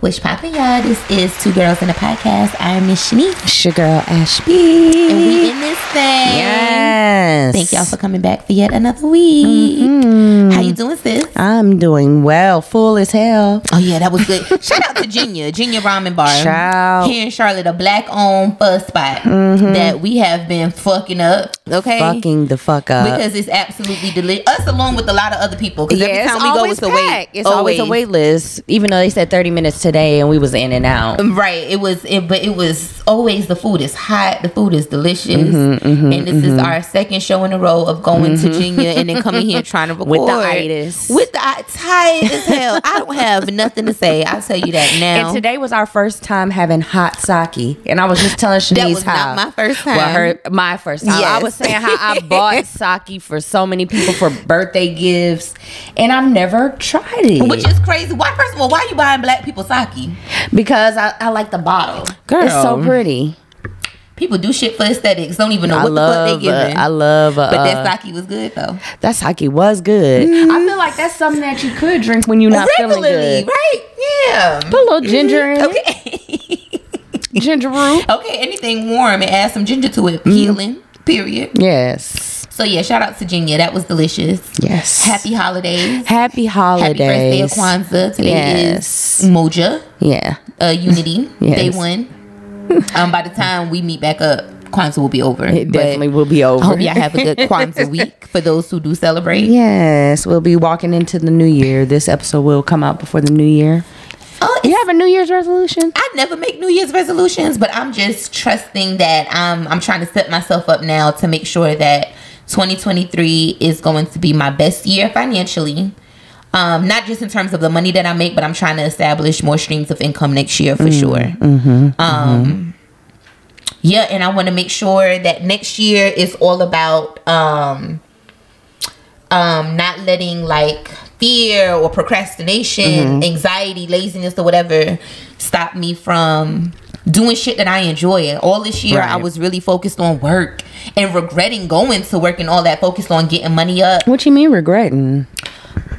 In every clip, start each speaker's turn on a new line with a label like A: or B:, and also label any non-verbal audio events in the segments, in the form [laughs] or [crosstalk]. A: which poppin' y'all? This is Two Girls in a Podcast. I'm Miss Shanice.
B: It's your girl Ashby.
A: And we in this thing.
B: yes.
A: Thank y'all for coming back for yet another week. How you doing, sis?
B: I'm doing well, full as hell.
A: Oh yeah, that was good. [laughs] Shout out to Junior, Junior Ramen Bar
B: Shout.
A: here in Charlotte, a black-owned fuzz spot that we have been fucking up. Okay,
B: Fucking the fuck up.
A: because it's absolutely delicious. Us along with a lot of other people. Because
B: Yeah,
A: every
B: it's
A: time we go,
B: always
A: it's a wait.
B: packed. Oh, It's always. a wait list, even though they said 30 minutes today and we was in and out.
A: Right. It was. It, but it was always the food is hot. The food is delicious.
B: Mm-hmm,
A: and this is our second show in a row of going to Junior and then coming
B: [laughs]
A: here trying to record
B: With the itis.
A: With the i- tired as hell. I don't have nothing to say. I'll tell you that now.
B: And today was our first time having hot sake, and I was just telling Shanice
A: That was
B: how
A: not my first
B: Well,
A: time.
B: her my first time. I
A: Yes.
B: was saying how [laughs] I bought sake for so many people for birthday gifts, and I've never tried it.
A: Which is crazy. Why, first of all, why are you buying black people sake?
B: because I, I like the bottle. Girl, it's so pretty.
A: People do shit for aesthetics. Don't even know
B: I
A: what the fuck
B: love.
A: they
B: uh,
A: giving.
B: I love. Uh,
A: but that sake was good though.
B: that sake was good. I feel like that's something that you could drink when you're not feeling
A: Regularly,
B: good.
A: right? Yeah.
B: Put a little ginger in it.
A: Okay. [laughs]
B: Ginger root.
A: okay. Anything warm and add some ginger to it. Healing. Period.
B: Yes.
A: So yeah, shout out to Junior. That was delicious.
B: Yes.
A: Happy holidays.
B: Happy
A: Happy first
B: holidays.
A: day of Kwanzaa. Today
B: Yes.
A: is Moja,
B: Yeah.
A: uh, Unity,
B: [laughs] Yes.
A: day one. Um, by the time we meet back up, Kwanzaa will be over.
B: It definitely will be over.
A: I hope y'all have a
B: [laughs]
A: good Kwanzaa week for those who do celebrate.
B: Yes, we'll be walking into the new year. This episode will come out before the new year.
A: Oh,
B: You have a New Year's resolution?
A: I never make New Year's resolutions, but I'm just trusting that I'm I'm trying to set myself up now to make sure that 2023 is going to be my best year financially. Um, not just in terms of the money that I make, but I'm trying to establish more streams of income next year for
B: Mm,
A: sure.
B: mm-hmm,
A: um, Yeah, and I want to make sure that next year is all about um, um, not letting like fear or procrastination,
B: Mm-hmm.
A: anxiety, laziness, or whatever stop me from doing shit that I enjoy. All this year, I
B: Right.
A: was really focused on work and regretting going to work and all that, focused on getting money up.
B: What you mean regretting?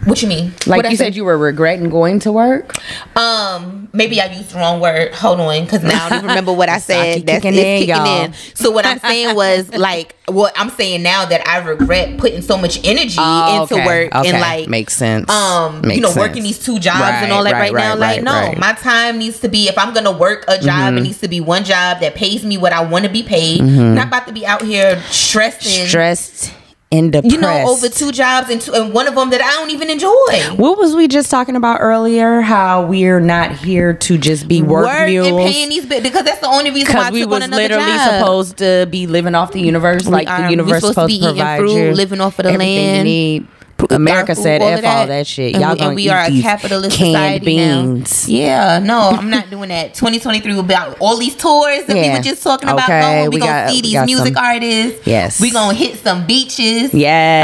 A: What you mean?
B: Like
A: What I
B: you said, you were regretting going to work.
A: Um, maybe I used the wrong word. Hold on, because now I don't even remember
B: [laughs]
A: what I
B: Saki
A: said. That's
B: kicking
A: it's
B: in,
A: kicking
B: y'all.
A: in. So what I'm saying
B: [laughs]
A: was like what I'm saying now that I regret putting so much energy into work and like
B: Oh, makes sense.
A: um you
B: Makes
A: know working
B: sense.
A: these two jobs and
B: Right,
A: all that right,
B: right,
A: now
B: right,
A: like
B: right,
A: no
B: right. Mm-hmm.
A: my time needs to be if i'm gonna work a job it needs to be one job that pays me what i want to be paid not about to be out here stressing
B: stressed and depressed.
A: you know over two jobs and, two, and one of them that i don't even enjoy
B: What was we just talking about earlier? How we're not here to just be work,
A: Work
B: mules.
A: and paying these bills because that's the only reason why I
B: because
A: took
B: we
A: on
B: was
A: another
B: literally
A: job.
B: supposed to be living off the universe, like
A: are.
B: the
A: We
B: universe
A: supposed to
B: supposed
A: be
B: to,
A: eating
B: provide
A: fruit,
B: you
A: living off of the
B: everything
A: land,
B: You need. America
A: our food,
B: said
A: all
B: f
A: of
B: all that shit.
A: And
B: Y'all
A: we,
B: gonna
A: and we
B: eat
A: are a
B: these
A: capitalist
B: canned
A: society
B: beans.
A: now. Yeah, no, I'm not doing that. 2023 will be out. All these tours that we
B: Yeah.
A: were just talking about
B: Okay,
A: going. We,
B: we
A: gonna
B: got-
A: see
B: we
A: these
B: got
A: music
B: some-
A: artists.
B: Yes.
A: we gonna hit some beaches.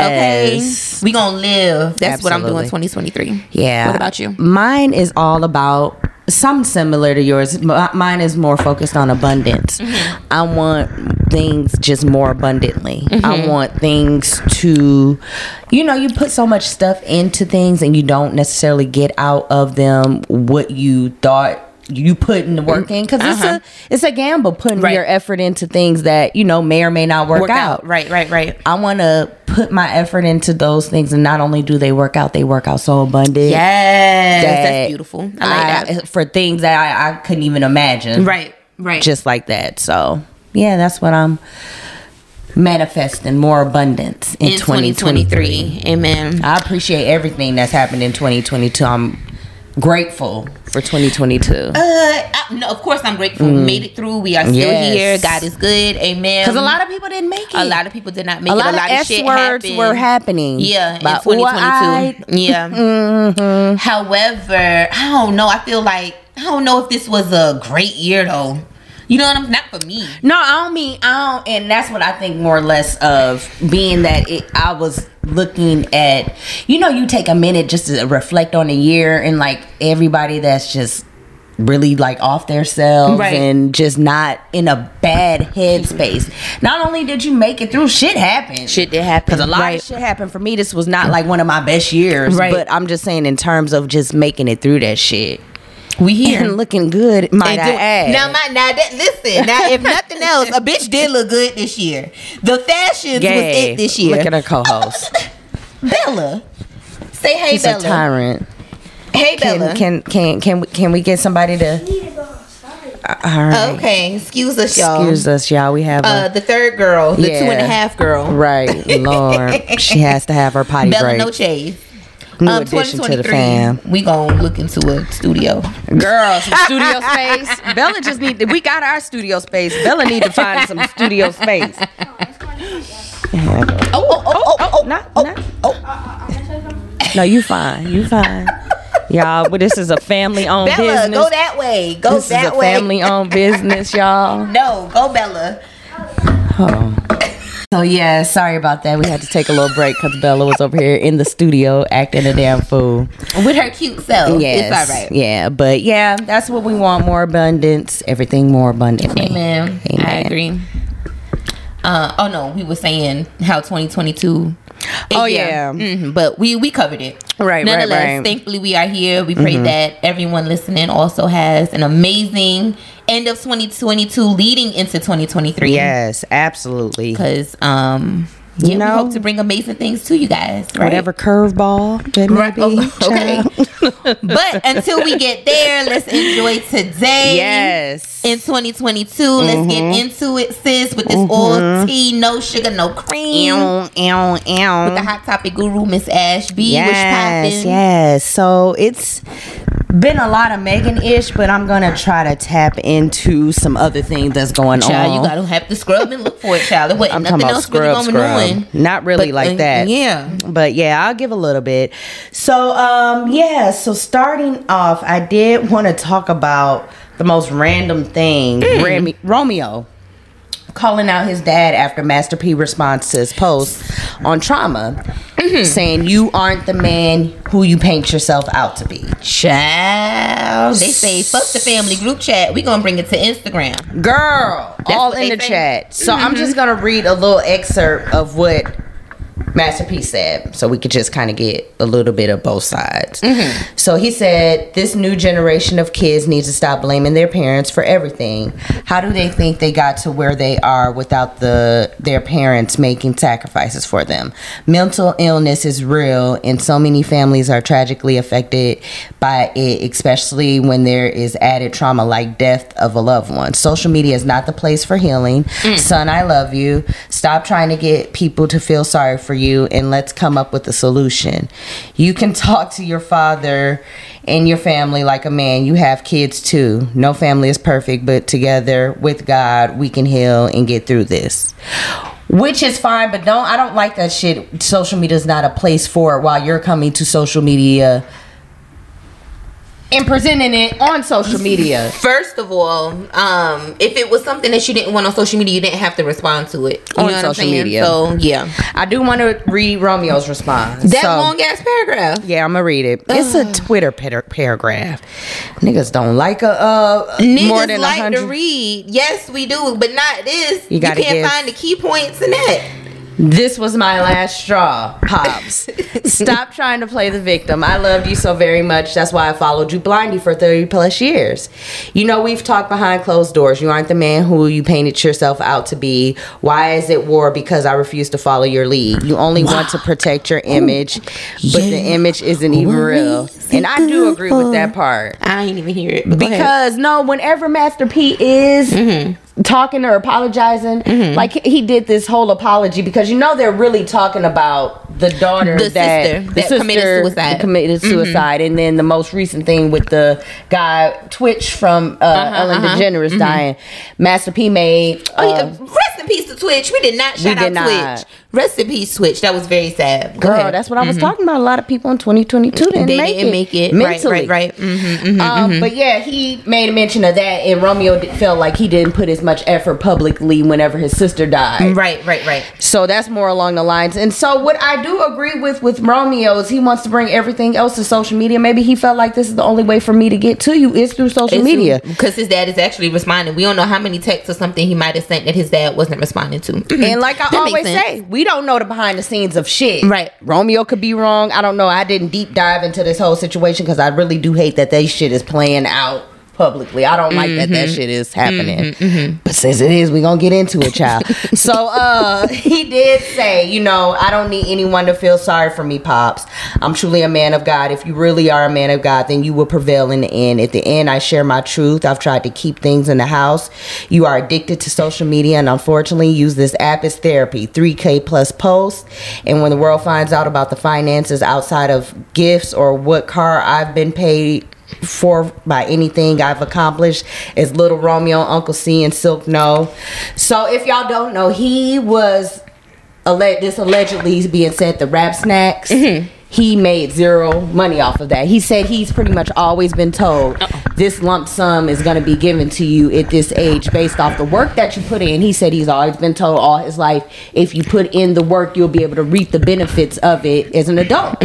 B: Yes.
A: okay, we gonna live. That's what I'm doing.
B: Absolutely.
A: 2023.
B: Yeah.
A: What about you?
B: Mine is all about some similar to yours. M- uh, Mine is more focused on abundance.
A: Mm-hmm.
B: I want things just more abundantly.
A: Mm-hmm.
B: I want things to, you know, you put so much stuff into things and you don't necessarily get out of them what you thought you put in the work in because
A: Uh-huh.
B: it's a it's a gamble putting
A: Right.
B: your effort into things that you know may or may not work,
A: Work
B: out.
A: out. Right, right, right.
B: I want to put my effort into those things, and not only do they work out, they work out so abundant.
A: Yes,
B: that uh,
A: that's beautiful. I like that.
B: for things that I, I couldn't even imagine.
A: Right, right.
B: just like that. So yeah, that's what I'm manifesting more abundance in,
A: in
B: 2023.
A: 2023. Amen.
B: I appreciate everything that's happened in 2022. I'm grateful for 2022
A: Uh, I, no, of course I'm grateful. We made it through. We are still
B: Yes.
A: here. God is good. Amen.
B: because a lot of people didn't make it.
A: a lot of people did not make
B: a
A: it.
B: lot,
A: a lot
B: of,
A: of,
B: S
A: shit
B: words
A: happened.
B: were happening.
A: Yeah, in
B: But
A: 2022.
B: what Mm-hmm. I- [laughs]
A: yeah. However, I don't know. I feel like I don't know if this was a great year though. You know what I'm? Not for me.
B: No, I don't mean I don't, and that's what I think more or less of being that it, I was looking at. You know, you take a minute just to reflect on a year and like everybody that's just really like off themselves
A: Right.
B: and just not in a bad headspace. Not only did you make it through, shit happened.
A: Shit did happen.
B: Because a lot
A: Right.
B: of shit happened for me. This was not like one of my best years.
A: Right.
B: But I'm just saying in terms of just making it through that shit.
A: We here.
B: and looking good, [laughs] might
A: And
B: I
A: do-
B: add.
A: Now, my now that listen now, if nothing else, a bitch did look good this year. The fashions was
B: Gay.
A: it this year.
B: Look at her co-host.
A: Bella, say hey,
B: She's a
A: Bella.
B: tyrant.
A: hey, Bella.
B: Can can can can we, can we get somebody to?
C: need to go outside.
B: Uh, all right.
A: okay, excuse us, y'all.
B: Excuse us, y'all. We have
A: Uh, the third girl, the two and
B: Yeah.
A: a half girl, [laughs]
B: a right, Lord. she has to have her potty
A: Bella [laughs]
B: break.
A: No Chase.
B: New addition to the fam.
A: we gonna look into a studio. Oh, [laughs]
B: Girl, some studio space. Bella just need. To, we got our studio space. Bella need to find some studio space.
A: Oh, oh, oh, oh, oh,
B: Not,
A: oh,
B: not-
C: I, I said something.
B: No, you fine. You fine. Y'all, but this is a family owned
A: Bella,
B: business.
A: go that way. Go
B: this
A: that
B: is a
A: way.
B: family owned business, y'all.
A: No, go Bella. Oh.
B: So yeah, sorry about that. We had to take a little break because Bella was over here in the studio acting a damn fool.
A: With her cute self.
B: Yes,
A: It's all right.
B: yeah, but yeah, that's what we want: more abundance, everything more abundantly.
A: Amen. I
B: Amen.
A: agree. Uh, oh no, we were saying how 2022.
B: Oh, yeah.
A: Mhm, but we we covered it.
B: Right, right,
A: Nonetheless,
B: right. Mm-hmm.
A: thankfully we are here. We pray that everyone listening also has an amazing end of 2022, leading into 2023.
B: Yes, absolutely.
A: because um, yeah,
B: You know-
A: we hope to bring amazing things to you guys. Right?
B: Whatever curveball that may
A: Right.
B: be.
A: Oh, [laughs] okay.
B: child.
A: But until we get there, let's enjoy today.
B: yes.
A: in 2022. Let's get
B: Mm-hmm.
A: into it, sis, with this all tea, no sugar, no cream.
B: Ew, ew, ew.
A: With the hot topic guru, Miss Ash B, which
B: Yes,
A: poppin'.
B: yes. So it's been a lot of Megan ish, but I'm gonna try to tap into some other things that's going
A: Child,
B: on.
A: you gotta have to scrub and look for it, child. It wasn't
B: I'm
A: nothing
B: talking about
A: else really
B: scrub,
A: going on.
B: scrub. Not really
A: But,
B: like
A: uh,
B: that.
A: Yeah.
B: But yeah, I'll give a little bit. So um yeah, so starting off, I did want to talk about the most random thing,
A: Mm.
B: Rami- Romeo calling out his dad after Master P responds to his post on trauma,
A: Mm-hmm.
B: saying you aren't the man who you paint yourself out to be.
A: Child. They say, fuck the family group chat. we gonna bring it to Instagram.
B: Girl, all
A: what
B: in
A: they Mm-hmm.
B: the
A: think.
B: chat. So I'm just gonna read a little excerpt of what Masterpiece said, so we could just kind of get a little bit of both sides.
A: Mm-hmm.
B: So he said, This new generation of kids needs to stop blaming their parents for everything. How do they think they got to where they are without the their parents making sacrifices for them? Mental illness is real and so many families are tragically affected by it, especially when there is added trauma like death of a loved one. Social media is not the place for healing. Son, I love you. Stop trying to get people to feel sorry for you and let's come up with a solution. You can talk to your father and your family like a man. You have kids too. No family is perfect, but together with God, we can heal and get through this. Which is fine, but don't I don't like that shit. Social media is not a place for it while you're coming to social media and presenting it on social media.
A: First of all, um, if it was something that you didn't want on social media, you didn't have to respond to it. You
B: On
A: know what
B: social
A: I'm saying?
B: media.
A: So yeah.
B: I do want to read Romeo's response.
A: That
B: So-
A: long ass paragraph.
B: Yeah, I'm gonna read it. It's a Twitter par- paragraph. Niggas don't like a uh,
A: Niggas
B: more than a
A: like to
B: hundred.
A: read. Yes, we do, but not this.
B: You
A: You,
B: gotta
A: can't
B: give-
A: find the key points in that.
B: This was my last straw, pops. Stop trying to play the victim. I loved you so very much. That's why I followed you blindly for thirty plus years. You know we've talked behind closed doors. You aren't the man who you painted yourself out to be. Why is it war? Because I refuse to follow your lead. You only want to protect your image, but the image isn't even real. And I do agree with that part.
A: I ain't even hear it.
B: because no, whenever Master P is
A: Mm-hmm.
B: talking or apologizing, like he did this whole apology because you know they're really talking about the daughter
A: The
B: that
A: sister that committed suicide. Mm-hmm.
B: that committed suicide, and then the most recent thing with the guy Twitch from uh, Ellen DeGeneres dying. Master P made
A: Uh-huh, Mm-hmm. Oh,
B: uh,
A: yeah. Rest in peace to Twitch. We did not shout
B: did
A: out
B: not.
A: Twitch. Rest in peace, Twitch. That was very sad. Go
B: girl.
A: ahead. Mm-hmm.
B: That's what I was talking about. A lot of people in 2022 didn't
A: they
B: make
A: didn't
B: it
A: make it.
B: mentally.
A: Right, right, right. Mm-hmm.
B: Um, But yeah, he made a mention of that, and Romeo d- felt like he didn't put as much effort publicly whenever his sister died.
A: Mm-hmm. Right, right, right.
B: So that's more along the lines. And so, what I do do agree with with Romeo's. He wants to bring everything else to social media. Maybe he felt like this is the only way for me to get to you is through social media.
A: because his dad is actually responding. We don't know how many texts or something he might have sent that his dad wasn't responding to.
B: And like I
A: Hmm. That makes
B: always
A: sense.
B: say, we don't know the behind the scenes of shit.
A: Right.
B: Romeo could be wrong. I don't know. I didn't deep dive into this whole situation because I really do hate that that shit is playing out publicly. I don't like that that
A: Mm-hmm.
B: shit is happening. But since it is, we going to get into
A: [laughs]
B: it, child. so uh he did say, you know, I don't need anyone to feel sorry for me, Pops. I'm truly a man of God. If you really are a man of God, then you will prevail in the end. At the end, I share my truth. I've tried to keep things in the house. You are addicted to social media and unfortunately use this app as therapy. 3K plus posts. And when the world finds out about the finances outside of gifts or what car I've been paid for by anything I've accomplished is Little Romeo, Uncle C, and Silk No. So if y'all don't know, he was alle- this allegedly being said the rap snacks. He made zero money off of that. He said he's pretty much always been told this lump sum is going to be given to you at this age based off the work that you put in. He said he's always been told all his life if you put in the work, you'll be able to reap the benefits of it as an adult.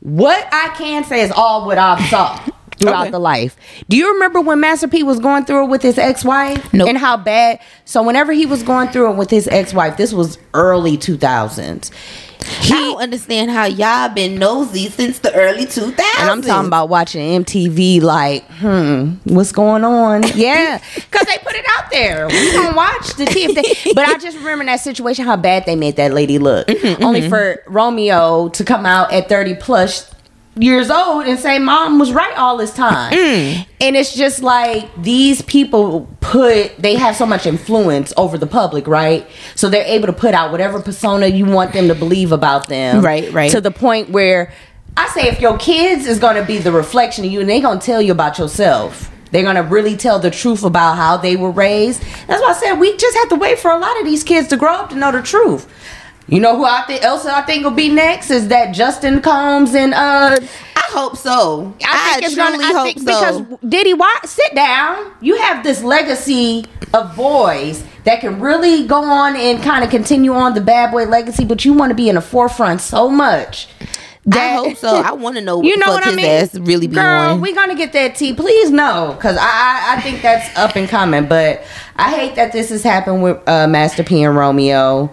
B: What I can say is all what I've saw throughout
A: Okay.
B: the life. Do you remember when Master P was going through it with his ex-wife?
A: Nope.
B: And how bad? So whenever he was going through it with his ex-wife, this was early 2000s.
A: I don't understand how y'all been nosy since the early 2000s.
B: And I'm talking about watching MTV like, hmm, what's going on? Yeah, because they put it out there. We don't watch to see if they. But I just remember in that situation how bad they made that lady look. Only for Romeo to come out at 30 plus years old and say, "Mom was right all this time." And it's just like these people put they have so much influence over the public, right? So they're able to put out whatever persona you want them to believe about them,
A: Right, right.
B: To the the point where I say if your kids is gonna be the reflection of you and they gonna tell you about yourself. They're gonna really tell the truth about how they were raised. That's why I said we just have to wait for a lot of these kids to grow up to know the truth. You know who I think else I think will be next is that Justin Combs and uh
A: I hope so.
B: I
A: I,
B: think it's
A: truly
B: gonna I
A: hope
B: think
A: so.
B: because Diddy why sit down. You have this legacy of boys that can really go on and kind of continue on the bad boy legacy, but you want to be in the forefront so much.
A: I hope so. I want
B: [laughs]
A: to know what
B: You know
A: the
B: what
A: fuck
B: I
A: his
B: mean?
A: ass really be
B: Girl,
A: on.
B: we gonna get that tea. Please no, because I, I I think that's up and coming. But I hate that this has happened with uh, Master P and Romeo.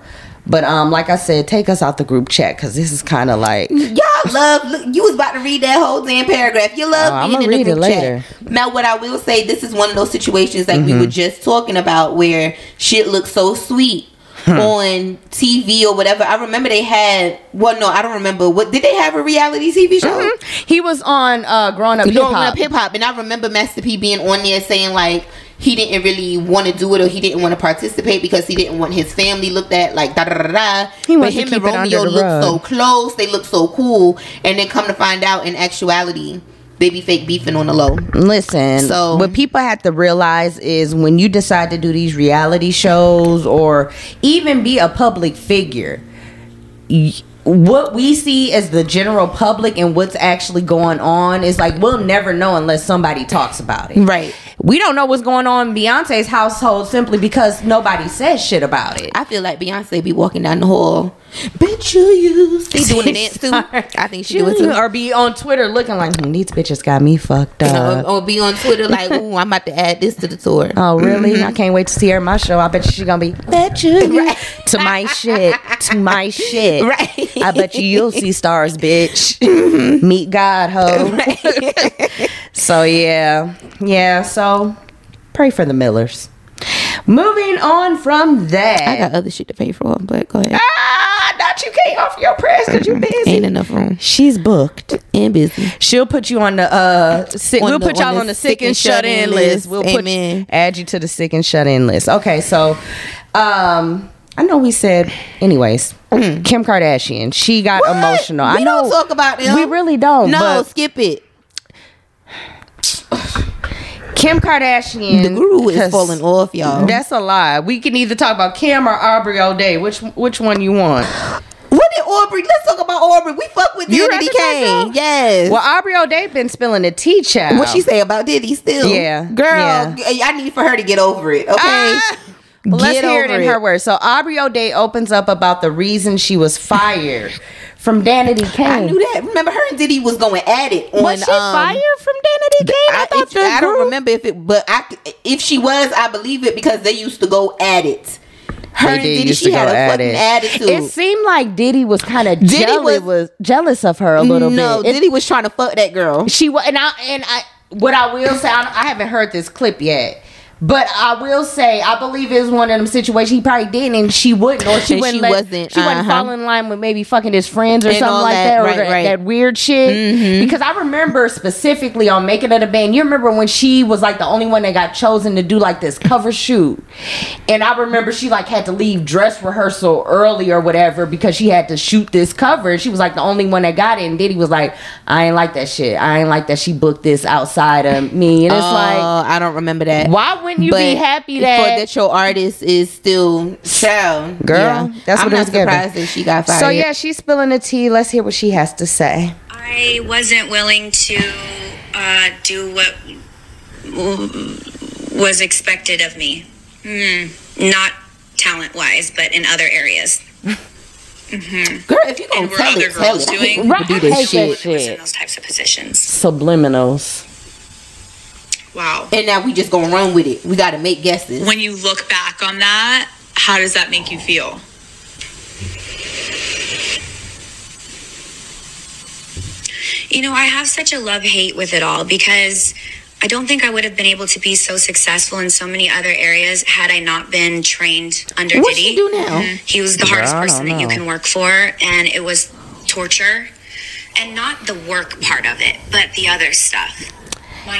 B: But um, like I said, take us out the group chat because this is kind
A: [laughs]
B: of like
A: Y'all love. Look, you was about to read that whole damn paragraph. You love
B: Oh, I'ma
A: being in
B: read
A: the
B: it
A: group
B: later. Mm-hmm.
A: chat. Now, what I will say, this is one of those situations like we were just talking about where shit looks so sweet
B: Hmm.
A: on TV or whatever. I remember they had. Well, no, I don't remember. What did they have a reality TV show?
B: Mm-hmm. he was on uh, growing up hip
A: growing up
B: hop.
A: hip hop, and I remember Master P being on there saying like he didn't really want to do it or he didn't want to participate because he didn't want his family looked at like da da da da.
B: He
A: but
B: wants to
A: him
B: keep
A: and
B: it under
A: Romeo
B: the
A: look
B: rug.
A: so close, they look so cool, and then come to find out in actuality they be fake beefing on the low.
B: Listen,
A: So-
B: what people have to realize is when you decide to do these reality shows or even be a public figure, y- what we see as the general public and what's actually going on is like we'll never know unless somebody talks about it.
A: Right.
B: We don't know what's going on in Beyonce's household simply because nobody says shit about it.
A: I feel like Beyonce be walking down the hall. Bitch, you used.
B: [laughs]
A: They doing a dance too. I think she do it too.
B: Or be on Twitter looking like, hmm, these bitches got me fucked up.
A: Or, or be on Twitter
B: [laughs]
A: like, ooh, I'm about to add this to the tour.
B: Oh really?
A: Mm-hmm.
B: I can't wait to see her in my show. I bet you she gonna be bet you [laughs] to my shit to
A: [laughs]
B: my shit.
A: Right. Mm-hmm.
B: I bet you you'll see stars, bitch. Meet God, ho. [laughs] so yeah, yeah. So pray for the Millers. Moving on from that.
A: I got other shit to pay for, but go ahead.
B: ah, not you can't off your prayers because you busy.
A: Ain't enough room
B: She's booked.
A: and busy.
B: She'll put you on the uh sick,
A: On
B: we'll
A: the-
B: put y'all on the, sick and shut in list. We'll
A: Amen.
B: put add you to the sick and shut in list. Okay, so um I know we said anyways, Kim Kardashian, she got
A: Mm-hmm. What?
B: emotional.
A: We
B: I know
A: don't talk about them.
B: We really don't.
A: No,
B: No,
A: skip it.
B: Kim Kardashian
A: The guru is
B: 'cause
A: falling off, y'all.
B: That's a lie. We can either talk about Kim or Aubrey all day. Which which one you want?
A: what did Aubrey? Let's talk about Aubrey. We fuck with
B: You
A: Diddy
B: read the
A: Kane.
B: title?
A: Yes.
B: Well, Aubrey O'Day been spilling a tea child.
A: what she say about Diddy still?
B: Yeah,
A: girl.
B: yeah.
A: I need for her to get over it. Okay.
B: Ah! Well, let's
D: Get
B: hear it
D: over
B: in her words.
D: So Aubrey O'Day opens up about the reason she was fired from Danity Kane.
A: I knew that. Remember, her and Diddy was going at it on.
B: Was she
A: um,
B: fired from Danity Kane? I,
A: I,
B: thought
A: if-
B: the
A: I don't
B: group-
A: remember if it, but I c- if she was, I believe it because they used to go at it. Her
D: They
A: and
D: did
A: Diddy,
D: used
A: she
D: to
A: had
D: go
A: a
D: at
A: fucking
D: it.
A: attitude.
B: It seemed like Diddy was kind of
A: Diddy
B: jealous,
A: was-
B: was jealous of her a little
A: no,
B: bit. It-
A: Diddy was trying to fuck that girl.
B: she was, and I and I. What I will say, I, don't- I haven't heard this clip yet, but I will say I believe it was one of them situations he probably didn't, and she wouldn't, or she
A: And
B: wouldn't.
A: she
B: let-
A: wasn't,
B: She wouldn't
A: uh-huh.
B: fall in line with maybe fucking his friends or
A: And all
B: something like
A: that,
B: that, or
A: right,
B: that,
A: right.
B: that weird shit.
A: Mm-hmm.
B: Because I remember specifically on Making of the Band, you remember when she was like the only one that got chosen to do like this cover shoot, and I remember she like had to leave dress rehearsal early or whatever because she had to shoot this cover. And she was like the only one that got it, and Diddy was like, "I ain't like that shit. I ain't like that she booked this outside of me." And it's
A: Oh,
B: like,
A: I don't remember that.
B: why wouldn't you be
A: But
B: happy
A: for
B: that?
A: that your artist is still child
D: Girl, that's what
A: I'm
D: it was
A: not
D: given.
A: surprised that she got fired.
B: so yeah, she's spilling the tea. Let's hear what she has to say.
E: I wasn't willing to uh, do what was expected of me. Hmm. Not talent wise, but in other areas.
A: girl, if you gonna
E: were
A: tell
E: other
A: it, tell
E: girls
A: it. I
E: doing-
A: hate when people do
B: I
A: this
B: hate
A: shit.
B: that
E: I was in
B: shit.
E: those types of positions.
B: Subliminals.
E: Wow.
A: [laughs] And now we just gonna run with it. We gotta make guesses.
E: When you look back on that, how does that make you feel? You know, I have such a love hate with it all because I don't think I would have been able to be so successful in so many other areas had I not been trained under
A: What
E: Diddy.
A: she do now?
E: Mhm. He was the hardest
D: I don't
E: person that you
D: know.
E: can work for, and it was torture. And not the work part of it, but the other stuff.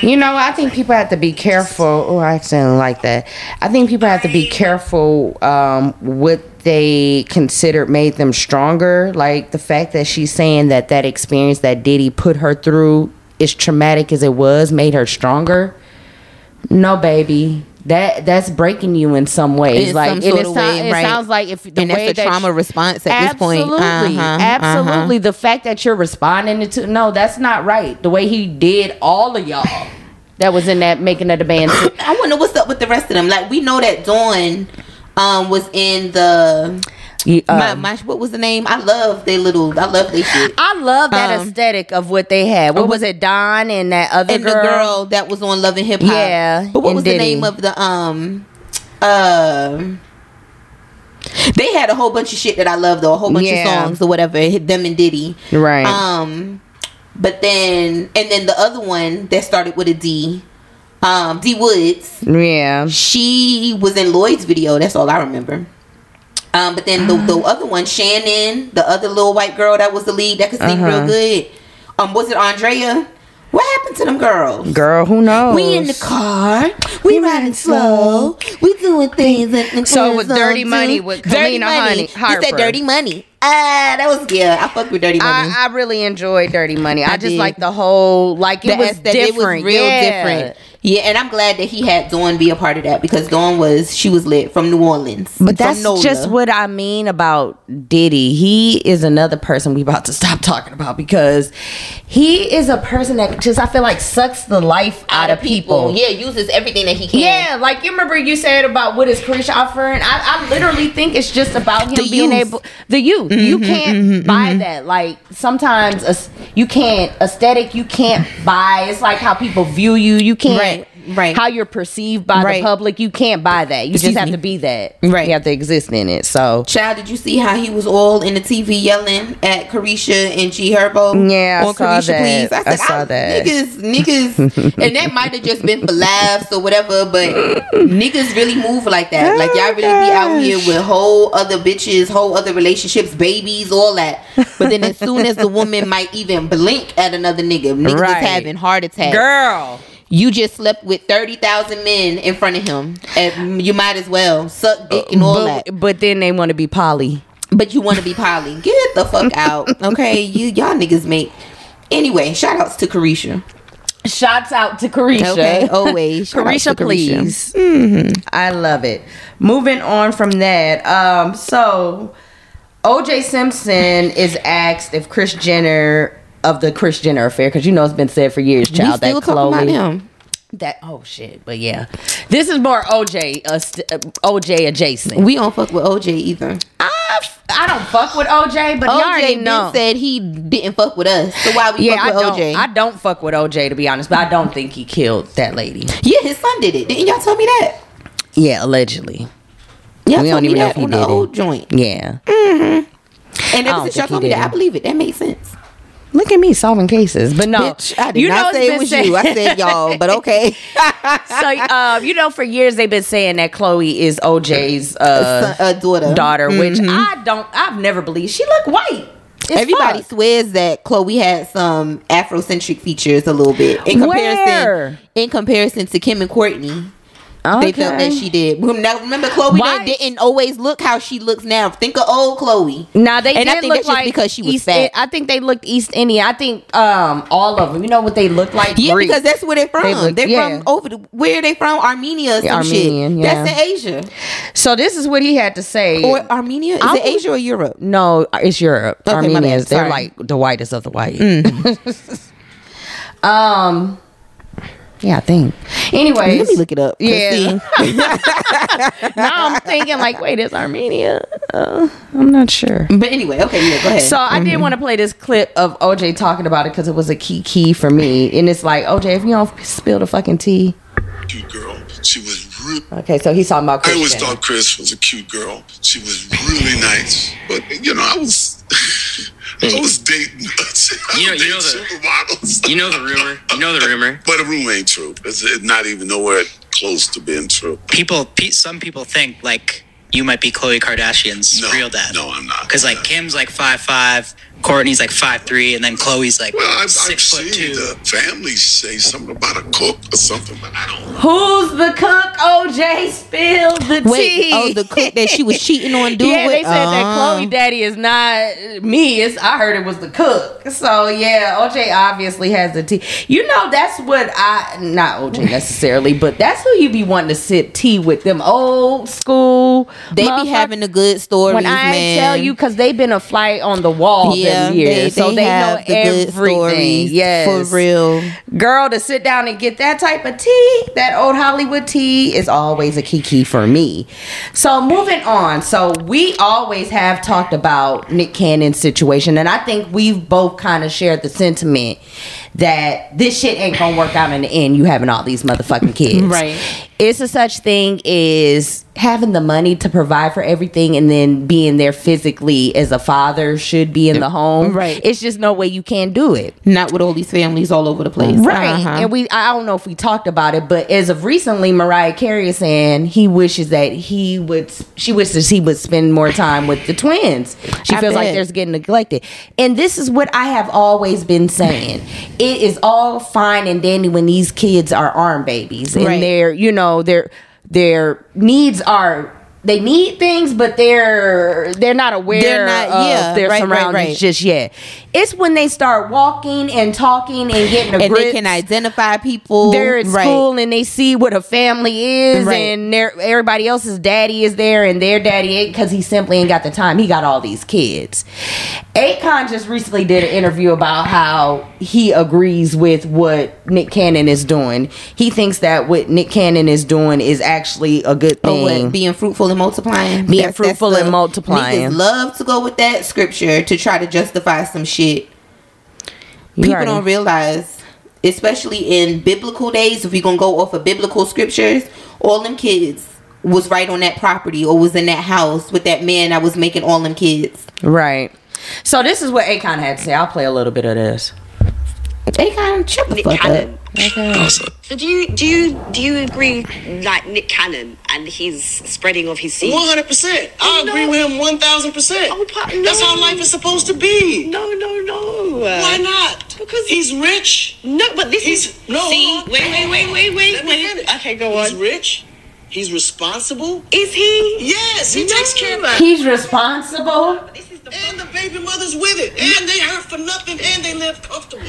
B: You know, I think people have to be careful. Oh, I accidentally like that. I think people have to be careful um, what they considered made them stronger. Like the fact that she's saying that that experience that Diddy put her through, as traumatic as it was, made her stronger. No, baby. That that's breaking you in some ways.
A: In
B: like
A: some
B: and
A: sort
B: it,
A: of
B: sou-
A: way,
B: it
A: right.
B: sounds like if the
A: and
B: way
A: that's a
B: that
A: trauma
B: she-
A: response at
B: absolutely,
A: this point. Uh-huh,
B: absolutely. The fact that you're responding to no, that's not right. The way he did all of y'all that was in that making of
A: [coughs]
B: the band.
A: uh-huh. I wonder what's up with the rest of them. Like we know that Dawn um was in the
B: You-
A: my,
B: um,
A: my what was the name? I love they little I love they shit.
B: I love that
A: Um, uh,
B: aesthetic of what they had. What was it, Don and that other
A: and
B: girl?
A: the girl that was on Love and Hip Hop.
B: Yeah,
A: But what
B: and
A: was
B: Diddy.
A: the name of the um um they had a whole bunch of shit that I loved though, a whole bunch
B: Yeah.
A: of songs or whatever, hit them and Diddy.
B: Right.
A: Um but then and then the other one that started with a D, um, D Woods.
B: yeah.
A: She was in Lloyd's video, that's all I remember. Um, but then the,
B: [gasps]
A: the other one, Shannon, the other little white girl that was the lead that could sing real
B: Uh-huh.
A: good. Um, was it Andrea? What happened to them girls?
B: Girl, who knows?
A: We in the car. We riding slow. We doing things. And, and
B: So with Dirty
A: do-
B: Money with
A: Dirty
B: Kalina
A: Money.
B: Honey-
A: You
B: Harper.
A: said Dirty Money. Ah, that was yeah. I fuck with Dirty Money.
B: I, I really enjoyed Dirty Money. I, just
A: did.
B: like the whole like it
A: The
B: was
A: aesthetic-
B: different.
A: real
B: Yeah.
A: different. Yeah, and I'm glad that he had Dawn be a part of that because Dawn was she was lit from New Orleans. from
D: But that's
A: NOLA.
D: just what I mean about Diddy. He is another person we about to stop talking about because
B: He is a person that just I feel like sucks the life out, of people.
A: Yeah, uses everything that he can.
B: Yeah, like you remember you said about what is Carisha offering. I, I literally think it's just about him
A: The youth.
B: being
A: Mm-hmm,
B: able the youth. you can't buy that. Like sometimes as- you can't aesthetic. You can't buy. It's like how people view you. You can't
A: Right, right.
B: how you're perceived by
A: Right.
B: the public. You can't buy that. You
A: Excuse
B: just have
A: me.
B: to be that.
A: Right.
B: You have to exist in it. So
A: Child, did you see how he was all in the TV yelling at Carisha and G Herbo?
B: Yeah, I
A: on
B: saw that.
A: I,
B: I
A: said,
B: saw
A: "Ah,
B: that."
A: Niggas,
B: [laughs]
A: niggas, and that might have just been for laughs or whatever. But niggas really move like that. like y'all really be out here
B: Oh,
A: with whole other bitches, whole other relationships, babies, all that. But then as soon as the woman might even blink at another nigga, niggas
B: Right.
A: is having heart attacks.
B: girl.
A: You just slept with thirty thousand men in front of him, and you might as well suck dick and all that.
D: but, but then they want to be poly.
A: But you want to be Polly. Get the fuck out.
B: [laughs]
A: Okay. You y'all niggas make anyway, shout outs to Carisha.
B: Shouts out to Carisha.
A: Okay. [laughs] Always. shout outs to
D: Carisha, please.
A: Mm-hmm.
D: I love it. Moving on from that. Um, so OJ Simpson is asked if Chris Jenner of the Chris Jenner affair, because you know it's been said for years,
A: We
D: child,
A: still
D: that Chloe.
A: talking about him.
B: That oh shit, but yeah, this is more OJ uh, st- uh, OJ adjacent.
A: We don't fuck with OJ either.
B: I, f- I don't fuck with OJ, but you
A: OJ
B: already
A: been
B: know.
A: said he didn't fuck with us, so why we
B: yeah,
A: fuck
B: I
A: with
B: don't.
A: OJ?
B: I don't fuck with OJ to be honest, but I don't think he killed that lady.
A: yeah, his son did it. Didn't y'all tell me that?
B: Yeah, allegedly.
A: Y'all
B: We
A: told
B: don't
A: me
B: even know
A: that
B: if he
A: on the
B: did it.
A: old joint.
B: Yeah.
A: And ever
B: don't
A: since y'all
B: think he
A: told me
B: did
A: that, I
B: it.
A: believe it. That made sense.
B: Look at me solving cases, but no,
A: Bitch, I did not
B: it's
A: say
B: been
A: it was you. I said y'all, but
B: [laughs]
A: okay.
B: so um, you know, for years they've been saying that Chloe is OJ's uh,
A: Son- Mm-hmm. uh, daughter.
B: daughter, which I don't. I've never believed. She look white. as
A: Everybody
B: fuck.
A: swears that Chloe had some Afrocentric features a little bit in comparison
B: Where?
A: in comparison to Kim and Courtney. They felt that
B: Okay.
A: she did. Rem- Now remember, Chloe
B: Why-
A: didn't- didn't always look how she looks now. Think of old Chloe.
B: Now they
A: And I
B: did
A: think
B: look
A: that's just
B: like
A: because she was
B: East
A: fat.
B: I think they looked East Indian. I think um all of them. You know what they look like?
A: Yeah,
B: Greek.
A: because that's where they're from. They
B: look-
A: are
B: yeah.
A: from over the, where they from Armenia or some
B: Yeah, Armenian,
A: shit. That's
B: yeah.
A: in Asia
B: so. This is what he had to say.
A: or Armenia. Is
B: I'm-
A: it Asia or Europe?
B: no, it's Europe.
A: Okay, my bad.
B: Armenians. They're
A: Sorry.
B: like the whitest of the white. Mm. [laughs] um. Yeah, I think. Anyways,
A: Let me look it up. 'cause
B: Yeah.
A: see,
B: now I'm thinking like, wait, is Armenia? Uh, I'm not sure. Mm-hmm.
A: But anyway, okay, yeah, go ahead.
B: [laughs] So I did want to play this clip of OJ talking about it because it was a key key for me, and it's like OJ, if you don't spill the fucking tea.
F: cute girl. She was really.
B: Okay, so he's talking about
F: I always
B: Christian.
F: thought Chris was a cute girl. She was really nice, but you know, I was, [laughs] I was dating. [laughs] I was
G: You know- you know
F: dating supermodels.
G: You know the rumor. You know the rumor.
F: [laughs] but the rumor ain't true. It's, it's not even nowhere close to being true.
G: People, pe- some people think like you might be Khloe Kardashian's
F: No,
G: real dad.
F: no, I'm not.
G: Because like Kim's like five five, Courtney's like five three, and then Chloe's like
F: Well, I've, I've
G: six foot
F: seen
G: two.
F: the family say something about a cook or something, but I don't.
B: Who's the cook? OJ spilled the
A: Wait,
B: tea.
A: oh, the cook that she was cheating [laughs] on, dude.
B: yeah, they
A: with?
B: said that
A: Oh.
B: Chloe Daddy is not me. It's I heard it was the cook. So yeah, OJ obviously has the tea. You know, that's what I not
A: [laughs]
B: OJ necessarily, but that's who you be wanting to sip tea with. Them old school.
A: They
B: motherfuck-
A: be having a good stories,
B: When I
A: man.
B: tell you, because they've been a fly on the wall
A: yeah,
B: them years, so they know
A: have the good
B: everything.
A: stories
B: Yes,
A: for real.
B: girl to sit down and get that type of tea, that old Hollywood tea, is always a kiki for me. So moving on. So we always have talked about Nick Cannon's situation, and I think we've both kind of shared the sentiment that this shit ain't gonna work out in the end. You having all these motherfucking kids,
A: Right.
B: It's a such thing is having the money to provide for everything, and then being there physically as a father should be in the home.
A: Right.
B: It's just no way you can do it
A: Not with all these families all over the place,
B: right and we i don't know if we talked about it but as of recently mariah carey is saying he wishes that he would she wishes he would spend more time with the twins she
A: I
B: feels like
A: bet.
B: there's getting neglected and this is what i have always been saying it is all fine and dandy when these kids are arm babies and
A: Right.
B: their you know their their needs are they need things, but they're they're not aware
A: They're not-
B: of
A: yeah, right,
B: their
A: right,
B: surroundings
A: right.
B: just yet. It's when they start walking and talking and getting a
A: and
B: grip
A: they can identify people.
B: they're at school and they see what a family is
A: Right.
B: and their everybody else's daddy is there and their daddy ain't because he simply ain't got the time he got all these kids akon just recently did an interview about how he agrees with what nick cannon is doing he thinks that what nick cannon is doing is actually a good
A: But
B: thing
A: what, being fruitful and multiplying.
B: Being fruitful and
A: the-
B: multiplying.
A: Niggas love to go with that scripture to try to justify some shit.
B: You
A: People
B: already-
A: don't realize, especially in biblical days, if we're gonna go off of biblical scriptures, all them kids was right on that property or was in that house with that man that was making all them kids.
B: right so this is what akon had to say i'll play a little bit of this
A: They kind of shut the fuck up.
H: Cannon. So do you do you do you agree like Nick Cannon and his spreading of his seed?
I: One hundred percent. I
H: No.
I: agree with him one thousand percent.
H: Oh, pa- no.
I: That's how life is supposed to be.
H: No, no, no.
I: Why not?
H: Because-
I: he's rich.
H: No, but this
I: He's-
H: is
I: no,
H: See,
I: hold on.
H: wait, wait, wait, wait, wait,
I: Let me
H: wait.
I: finish.
H: Okay, go
I: He's
H: on.
I: rich. He's responsible.
H: Is he?
I: Yes, he
H: No.
I: takes care of that.
B: he's responsible
H: This is the
I: And the baby mother's with it. And they hurt for nothing. And they live comfortable.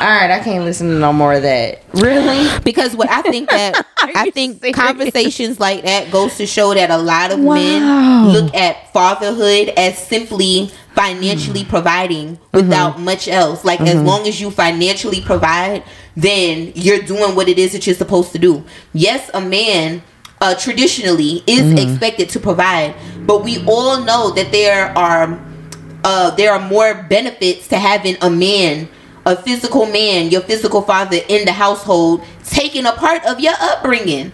B: all right i can't listen to no more of that really
A: [laughs] Because what I think
B: [laughs]
A: that I
B: you
A: think
B: serious?
A: conversations like that goes to show that a lot of
B: Wow.
A: men look at fatherhood as simply financially
B: Mm.
A: providing without
B: Mm-hmm.
A: much else. Like as long as you financially provide, then you're doing what it is that you're supposed to do. Yes, a man uh, traditionally is
B: Mm-hmm.
A: expected to provide, but we all know that there are uh, there are more benefits to having a man, a physical man, your physical father in the household, taking a part of your upbringing.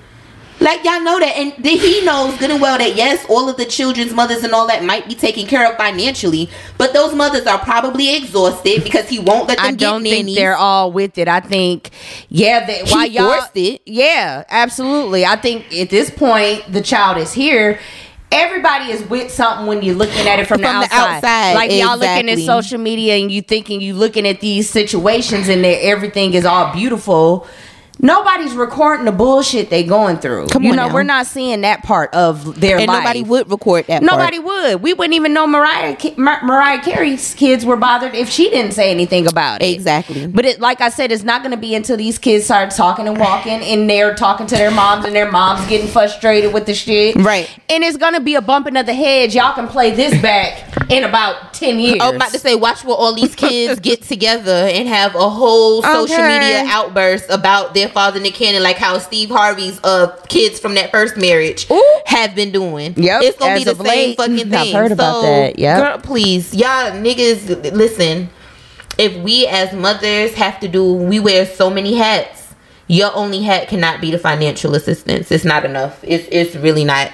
A: Like y'all know that, and that he knows good and well that yes, all of the children's mothers and all that might be taken care of financially, but those mothers are probably exhausted because he won't let them
B: I
A: get
B: don't think
A: nannies.
B: they're all with it. I think, yeah, that why y'all
A: forced it.
B: Yeah, absolutely. I think at this point the child is here. Everybody is with something when you're looking at it from, the,
A: From the
B: outside.
A: outside,
B: Like y'all looking at
A: exactly.
B: social media and you thinking you looking at these situations and that everything is all beautiful. Nobody's recording the bullshit they going through.
A: Come
B: you
A: on
B: know,
A: now.
B: we're not seeing that part of their
A: and
B: life.
A: nobody would record that. part.
B: Nobody would. We wouldn't even know Mariah Ki- Mar- Mariah Carey's kids were bothered if she didn't say anything about it.
A: Exactly.
B: But it, like I said, it's not going to be until these kids start talking and walking, and they're talking to their moms, and their moms getting frustrated with the shit.
A: Right.
B: And it's going to be a bumping of the heads. Y'all can play this back in about ten years.
A: I'm Oh, about to say, watch where all these kids get together and have a whole social
B: Okay.
A: media outburst about their father Nick Cannon, like how Steve Harvey's uh kids from that first marriage
B: Ooh.
A: have been doing.
B: Yep,
A: it's gonna be
B: as
A: the
B: of
A: same
B: late.
A: fucking
B: I've
A: thing.
B: heard about that, yep.
A: girl, please, y'all niggas, listen. If we as mothers have to do, we wear so many hats. Your only hat cannot be the financial assistance. It's not enough. It's it's really not.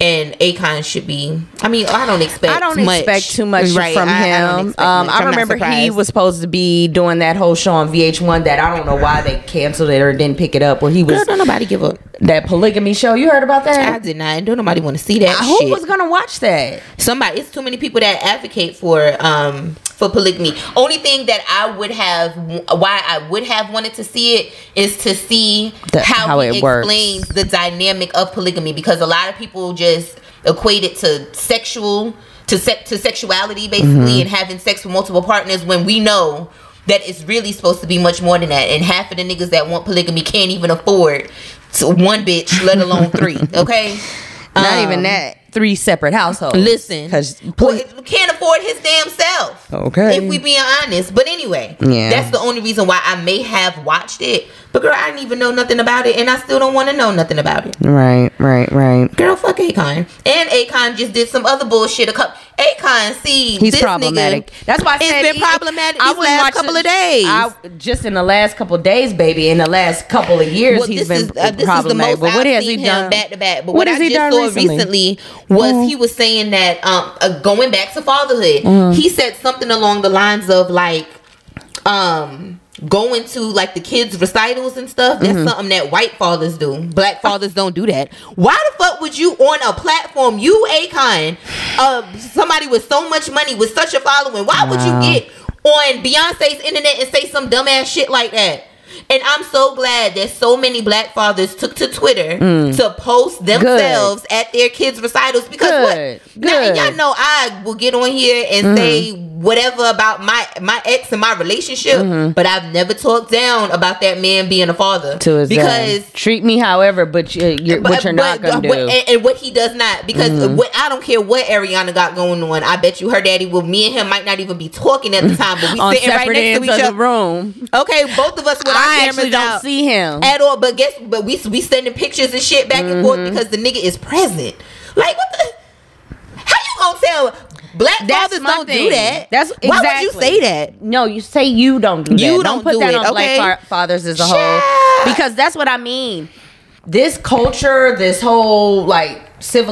A: And Akon should be. I mean, I don't expect.
B: I don't
A: much.
B: expect too much
A: Right,
B: from
A: I- I
B: him.
A: don't
B: I, um,
A: expect much. I'm
B: I
A: not
B: remember he
A: surprised.
B: was supposed to be doing that whole show on VH1 that I don't know why they canceled it or didn't pick it up. Where he was
A: Girl, don't nobody give up.
B: that polygamy show. You heard about that?
A: I did not. Don't nobody want to see that.
B: Who
A: shit.
B: was gonna watch that?
A: Somebody. It's too many people that advocate for um for polygamy. Only thing that I would have, why I would have wanted to see it is to see
B: The-
A: how,
B: how
A: he
B: it works.
A: explains the dynamic of polygamy because a lot of people just equate it to sexual to se- to sexuality basically
B: Mm-hmm.
A: and having sex with multiple partners when we know that it's really supposed to be much more than that and half of the niggas that want polygamy can't even afford to one bitch let alone
B: [laughs]
A: three okay
B: Not
A: Um,
B: even that. Three separate households.
A: Listen,
B: 'Cause
A: well,
B: poli-
A: it can't afford his damn self.
B: Okay.
A: if we being honest. But anyway,
B: Yeah.
A: that's the only reason why I may have watched it. But girl, I didn't even know nothing about it, and I still don't want to know nothing about it.
B: right, right, right.
A: Girl, fuck Akon. And Akon just did some other bullshit. A couple. Akon, see,
B: He's
A: this
B: problematic.
A: Nigga,
B: That's why I
A: it's
B: said
A: been
B: he-
A: problematic
B: I
A: these
B: wouldn't
A: last
B: watch
A: couple
B: the-
A: of days.
B: I, just in the last couple of days, baby. In the last couple of years,
A: Well,
B: he's
A: this
B: been
A: is, uh, this
B: problematic.
A: Is the most
B: but what
A: I've
B: has he
A: seen him
B: done?
A: back to back? But
B: What
A: what,
B: has
A: I
B: he
A: just
B: done
A: saw
B: recently? Mm.
A: recently, was he was saying that um, uh, going back to fatherhood, he said something along the lines of like, um. Going to like the kids' recitals and stuff, that's
B: Mm-hmm.
A: something that white fathers do. Black fathers don't do that. Why the fuck would you on a platform, you Akon, uh, somebody with so much money, with such a following, why would you get on Beyonce's internet and say some dumbass shit like that? And I'm so glad that so many black fathers took to Twitter
B: Mm.
A: to post themselves at their kids' recitals because
B: Good.
A: what? Now, and
B: Good.
A: y'all know I will get on here and
B: Mm-hmm.
A: say whatever about my my ex and my relationship,
B: Mm-hmm.
A: but I've never talked down about that man being a father
B: to his
A: because
B: because treat me however, but you, uh, you're, what you're not
A: but-
B: gonna do. Mm-hmm.
A: what- and, and what he does not because what I don't care what Ariana got going on. I bet you her daddy will. Me and him might not even be talking at the time, but we
B: [laughs] on
A: sitting
B: separate
A: right next to
B: ends
A: each
B: of the
A: other.
B: room.
A: Okay, both of us with our
B: I
A: cameras
B: actually don't
A: out
B: see him.
A: at all. But guess, but we we sending pictures and shit back and
B: Mm-hmm.
A: forth because the nigga is present. Like what the? How you gonna tell black
B: That's
A: fathers
B: my
A: don't
B: thing.
A: do that?
B: That's
A: why would you
B: exactly.
A: say that?
B: No, you say you don't do that.
A: You don't
B: don't, put
A: do
B: that
A: it,
B: on
A: okay?
B: black fa- fathers as a
A: Shut.
B: whole because that's what I mean. This culture, this whole like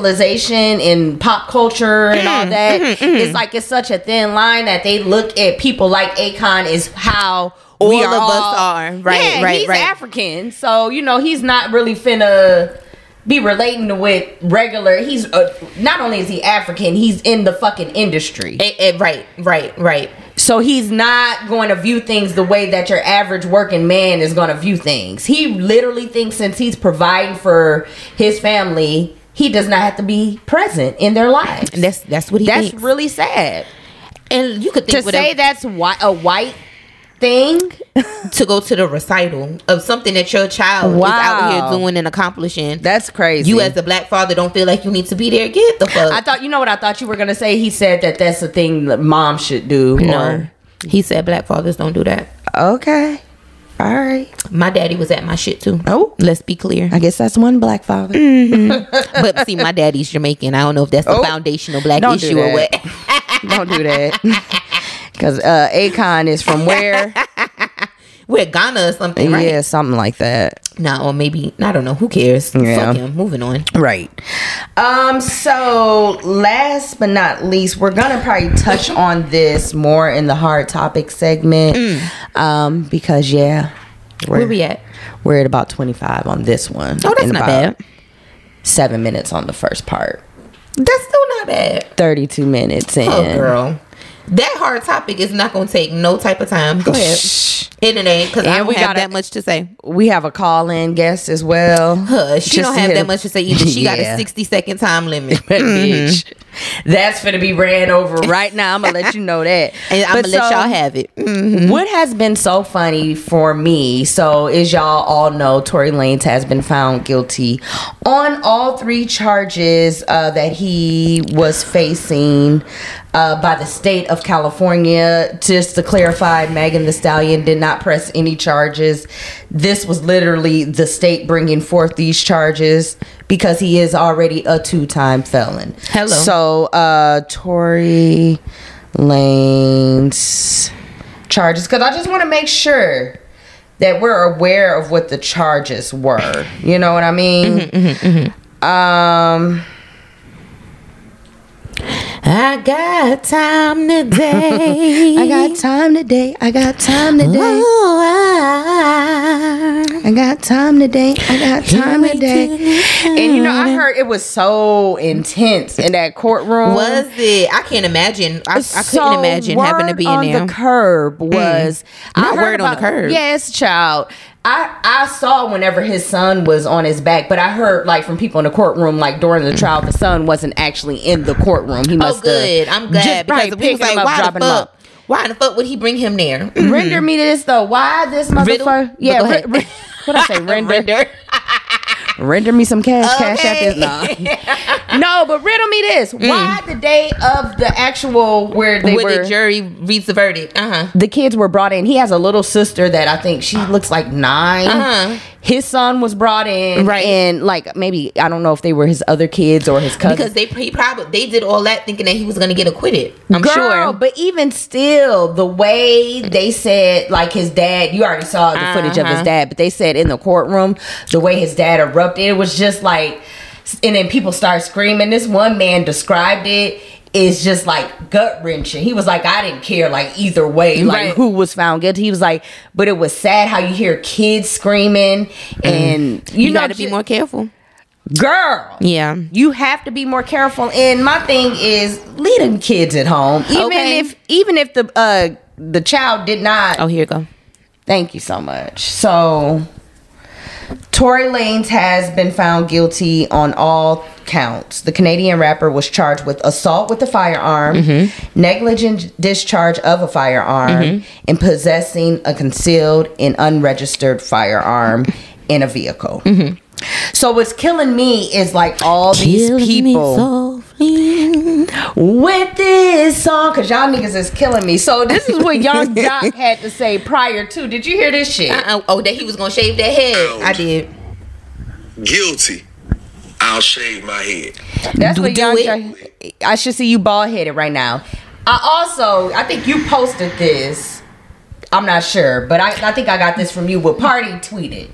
B: civilization and pop culture and
A: Mm-hmm,
B: all that, it's like it's such a thin line that they look at people like Akon is how we
A: All
B: are
A: of us
B: all-
A: are. Right,
B: Yeah,
A: right,
B: he's
A: right.
B: African, so you know he's not really finna be relating to with regular. He's uh, not only is he African, he's in the fucking industry.
A: Eh, eh, right, right, right.
B: So he's not going to view things the way that your average working man is going to view things. He literally thinks since he's providing for his family, he does not have to be present in their lives.
A: And that's that's what he
B: That's
A: thinks.
B: really sad.
A: and you could
B: To
A: think whatever-
B: say that's why a white thing.
A: to go to the recital of something that your child is out
B: Wow.
A: here doing and accomplishing.
B: [laughs] That's crazy.
A: you as a black father don't feel like you need to be there. Get the fuck.
B: I thought you know what I thought you were gonna say. He said that that's a thing that mom should do.
A: no.
B: or-
A: He said black fathers don't do that.
B: okay. All right.
A: My daddy was at my shit too.
B: Oh.
A: Let's be clear.
B: I guess that's one black father.
A: but see, my daddy's Jamaican. I don't know if that's the
B: Oh.
A: foundational black
B: Don't do
A: issue or what.
B: that. Don't do that. [laughs] Cause uh, Akon is from [laughs] where?
A: We're Ghana or something, right?
B: Yeah, something like that.
A: Nah, or maybe I don't know. Who cares?
B: Yeah.
A: Fuck him. Moving on.
B: Right. Um. So last but not least, we're gonna probably touch on this more in the hard topic segment. Um. Because yeah, we're,
A: Where we at?
B: We're at about twenty five on this one.
A: Oh, that's
B: and
A: not
B: about
A: bad.
B: Seven minutes on the first part.
A: That's still not bad.
B: 32 minutes in.
A: Oh, girl. That hard topic is not going to take no type of time. Go ahead. Internet, because I
B: And
A: don't
B: we
A: have
B: gotta-
A: that much to say.
B: We have a call in guest as well.
A: Huh, she
B: Just
A: don't
B: to
A: have
B: hit
A: that
B: a-
A: much to say either. She got a
B: Yeah.
A: 60 second time limit.
B: [laughs] That bitch. That's gonna be ran over right now. I'm gonna let you know that.
A: [laughs] And I'm going
B: But
A: to let
B: so,
A: y'all have it.
B: What has been so funny for me? So, as y'all all know, Tory Lanez has been found guilty on all three charges uh, that he was facing uh, by the state of California. Just to clarify, Megan the Stallion did not press any charges. This was literally the state bringing forth these charges because he is already a two-time felon.
A: Hello.
B: So, uh, Tory Lanez charges because I just want to make sure that we're aware of what the charges were. You know what I mean?
A: Mm-hmm,
B: Um,
A: I got time today.
B: [laughs]
A: Oh,
B: I got time today. I got time today. I got time today. I got time today. And you know, I heard it was so intense in that courtroom.
A: Was it? I can't imagine. I, I couldn't imagine having to be in
B: word
A: there. Mm.
B: on the curb was
A: Not
B: heard
A: word on the curb.
B: Yes, child. I I saw whenever his son was on his back, but I heard like from people in the courtroom, like during the trial, the son wasn't actually in the courtroom. He
A: Mm. oh,
B: must.
A: good. I'm glad
B: just
A: because
B: right,
A: we was
B: picking
A: like,
B: him up,
A: why the
B: dropping him
A: fuck?
B: up. Mm.
A: Why the fuck would he bring him
B: [laughs]
A: there? [laughs]
B: Render me this though. Why this
A: Riddle?
B: motherfucker?
A: But
B: Yeah.
A: go ahead.
B: re- re- what I
A: [laughs]
B: say? Render. render. me some cash. Cash out this.
A: [laughs]
B: Nah. no, but riddle me this. Why the day of the actual where they
A: Would
B: were?
A: Mm. the jury reads the verdict? Uh huh.
B: the kids were brought in. He has a little sister that I think she looks like 9
A: Uh-huh.
B: His son was brought in,
A: Right.
B: And like maybe I don't know if they were his other kids or his cousins.
A: Because they he probably they did all that thinking that he was gonna get acquitted. I'm
B: Girl,
A: sure.
B: but even still, the way they said, like his dad, you already saw the footage
A: Uh-huh.
B: of his dad, but they said in the courtroom, the way his dad erupted, it was just like, and then people start screaming. This one man described it. Is just like gut wrenching. He was like, I didn't care, like either way, like
A: Right.
B: who was found guilty. He was like, but it was sad how you hear kids screaming, and you,
A: Mm. you
B: know,
A: gotta be
B: ju-
A: more careful.
B: girl.
A: Yeah.
B: Mm-hmm. You have to be more careful. And my thing is, leave them kids at home. Even
A: Okay.
B: if even if the uh the child did not.
A: Oh, here you go.
B: Thank you so much. So, Tory Lanez has been found guilty on all counts. The Canadian rapper was charged with assault with a firearm,
A: Mm-hmm.
B: negligent discharge of a firearm, and possessing a concealed and unregistered firearm in a vehicle.
A: Mm-hmm.
B: So, what's killing me is like all these people with this song because y'all niggas is killing me. So this is what Young Jock had to say prior to. Did you hear this shit?
A: Uh-uh. Oh, that he was gonna shave that head. I did.
F: Guilty. I'll shave my head.
B: That's what
A: do
B: Young
A: it.
B: Jock. I should see you bald headed right now. I also I think you posted this. I'm not sure, but I, I think I got this from you. What party tweeted?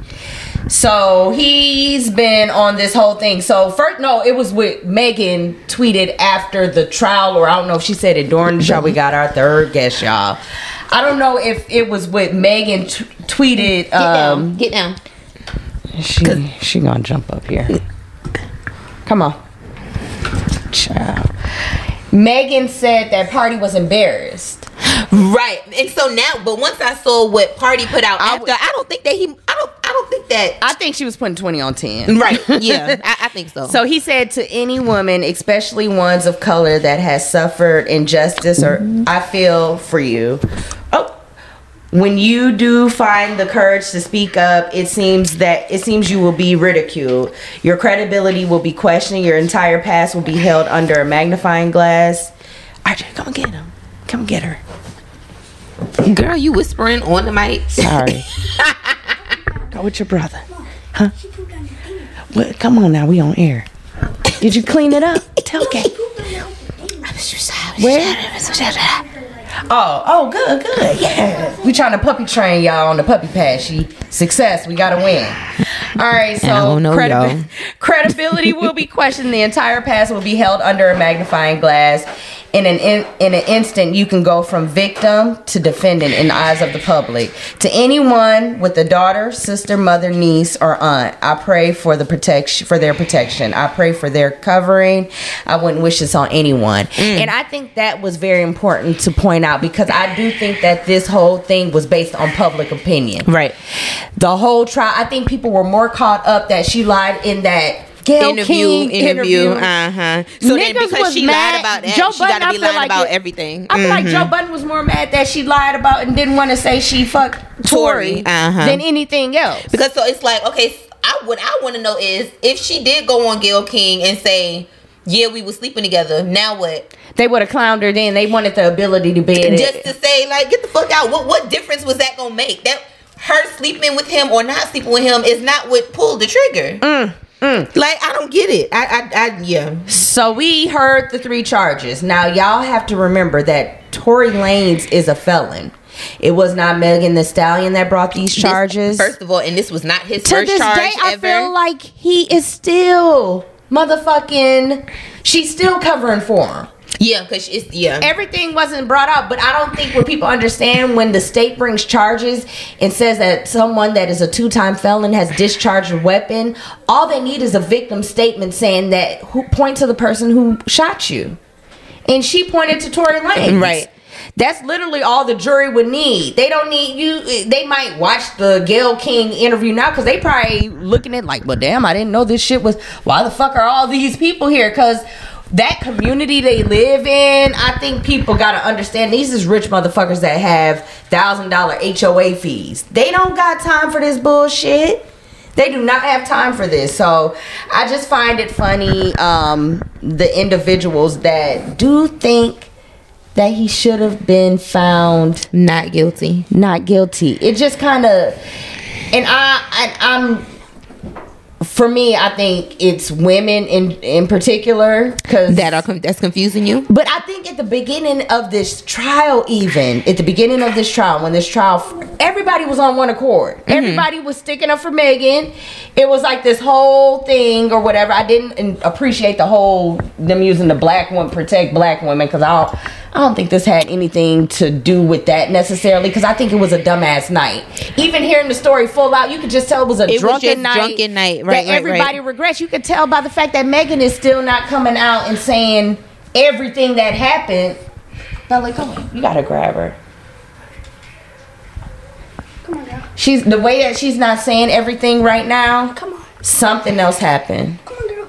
B: So he's been on this whole thing. So first, no, it was with Megan tweeted after the trial, or I don't know if she said it during the trial. We got our third guest, y'all. I don't know if it was with Megan t- tweeted. Um,
A: Get down.
B: she she gonna jump up here. Come on, child. Megan said that party was embarrassed.
A: Right. And so now, but once I saw what Party put out
B: I
A: after,
B: would-
A: I don't think that he. I don't. I don't think that.
B: I think she was putting twenty on
A: [laughs]
B: ten.
A: Right.
B: [laughs]
A: Yeah. I, I think so.
B: So he said to any woman, especially ones of color
A: Mm-hmm.
B: that has suffered injustice, or I feel for you. Oh, when you do find the courage to speak up, it seems that it seems you will be ridiculed. Your credibility will be questioned. Your entire past will be held under a magnifying glass. RJ, come and get him. Come get her.
A: Girl, you whispering on the mic.
B: Sorry. Go with your brother. Huh? What? Come on now, we on air. [laughs] Did you clean it up? Okay. Where? Oh, oh, good, good. Yeah. We trying to puppy train y'all on the puppy pass. She success. We gotta win. All right, so
A: I don't know,
B: credi-
A: y'all.
B: [laughs] credibility will be questioned. The entire past will be held under a magnifying glass. In an in, in an instant, you can go from victim to defendant in the eyes of the public. To anyone with a daughter, sister, mother, niece, or aunt, I pray for the protection for their protection. I pray for their covering. I wouldn't wish this on anyone. And I think that was very important to point out because I do think that this whole thing was based on public opinion
A: Right.
B: the whole trial. I think people were more caught up that she lied in that Gail
A: interview,
B: King
A: interview,
B: interview.
A: Uh huh. So then
B: Niggas
A: because
B: was
A: she
B: mad.
A: lied about that,
B: Joe
A: she
B: Budden, I
A: gotta be
B: feel
A: lying
B: like
A: about
B: it-
A: everything. Mm.
B: I feel like
A: mm-hmm.
B: Joe Budden was more mad that she lied about and didn't want to say she fucked Tory
A: Tory, uh-huh.
B: than anything else.
A: Because so it's like okay, s- I what I want to know is if she did go on Gail King and say. Yeah, we were sleeping together. Now what?
B: They would have clowned her then. They wanted the ability to be in
A: Just
B: it.
A: to say, like, get the fuck out. What what difference was that gonna make? That her sleeping with him or not sleeping with him is not what pulled the trigger.
B: Mm,
A: Like, I don't get it. I, I, I yeah.
B: So we heard the three charges. Now y'all have to remember that Tory Lanez is a felon. It was not Megan the Stallion that brought these
A: This-
B: charges.
A: first of all, and this was not his
B: to
A: first
B: this
A: charge
B: day, I
A: ever.
B: feel like he is still motherfucking. She's still covering for him.
A: yeah, because it's yeah.
B: Everything wasn't brought up, but I don't think when people understand when the state brings charges and says that someone that is a two-time felon has discharged a weapon, all they need is a victim statement saying that who point to the person who shot you, and she pointed to Tory Lanez.
A: Right.
B: That's literally all the jury would need. They don't need you. They might watch the Gail King interview now because they probably looking at like, well, damn, I didn't know this shit was. Why the fuck are all these people here? Because that community they live in, I think people gotta understand. These is rich motherfuckers that have thousand dollar HOA fees. They don't got time for this bullshit. They do not have time for this. So I just find it funny um, the individuals that do think that he should have been found
A: not guilty.
B: not guilty. It just kind of, and I, I, I'm. For me, I think it's women in in particular because
A: That are con- that's confusing you.
B: But I think at the beginning of this trial, even at the beginning of this trial, when this trial, everybody was on one accord.
A: Mm-hmm.
B: Everybody was sticking up for Megan. It was like this whole thing or whatever. I didn't in- appreciate the whole them using the black one protect black women because I don't, I don't think this had anything to do with that necessarily because I think it was a dumbass night. Even hearing the story full out, you could just tell it was a
A: was
B: drunken
A: just
B: night.
A: drunken night. Right,
B: that
A: right, right.
B: everybody regrets. You could tell by the fact that Megan is still not coming out and saying everything that happened. Bella, come on. You gotta grab her.
C: Come on, girl.
B: She's the way that she's not saying everything right now.
C: Come on.
B: Something else happened.
C: Come on, girl.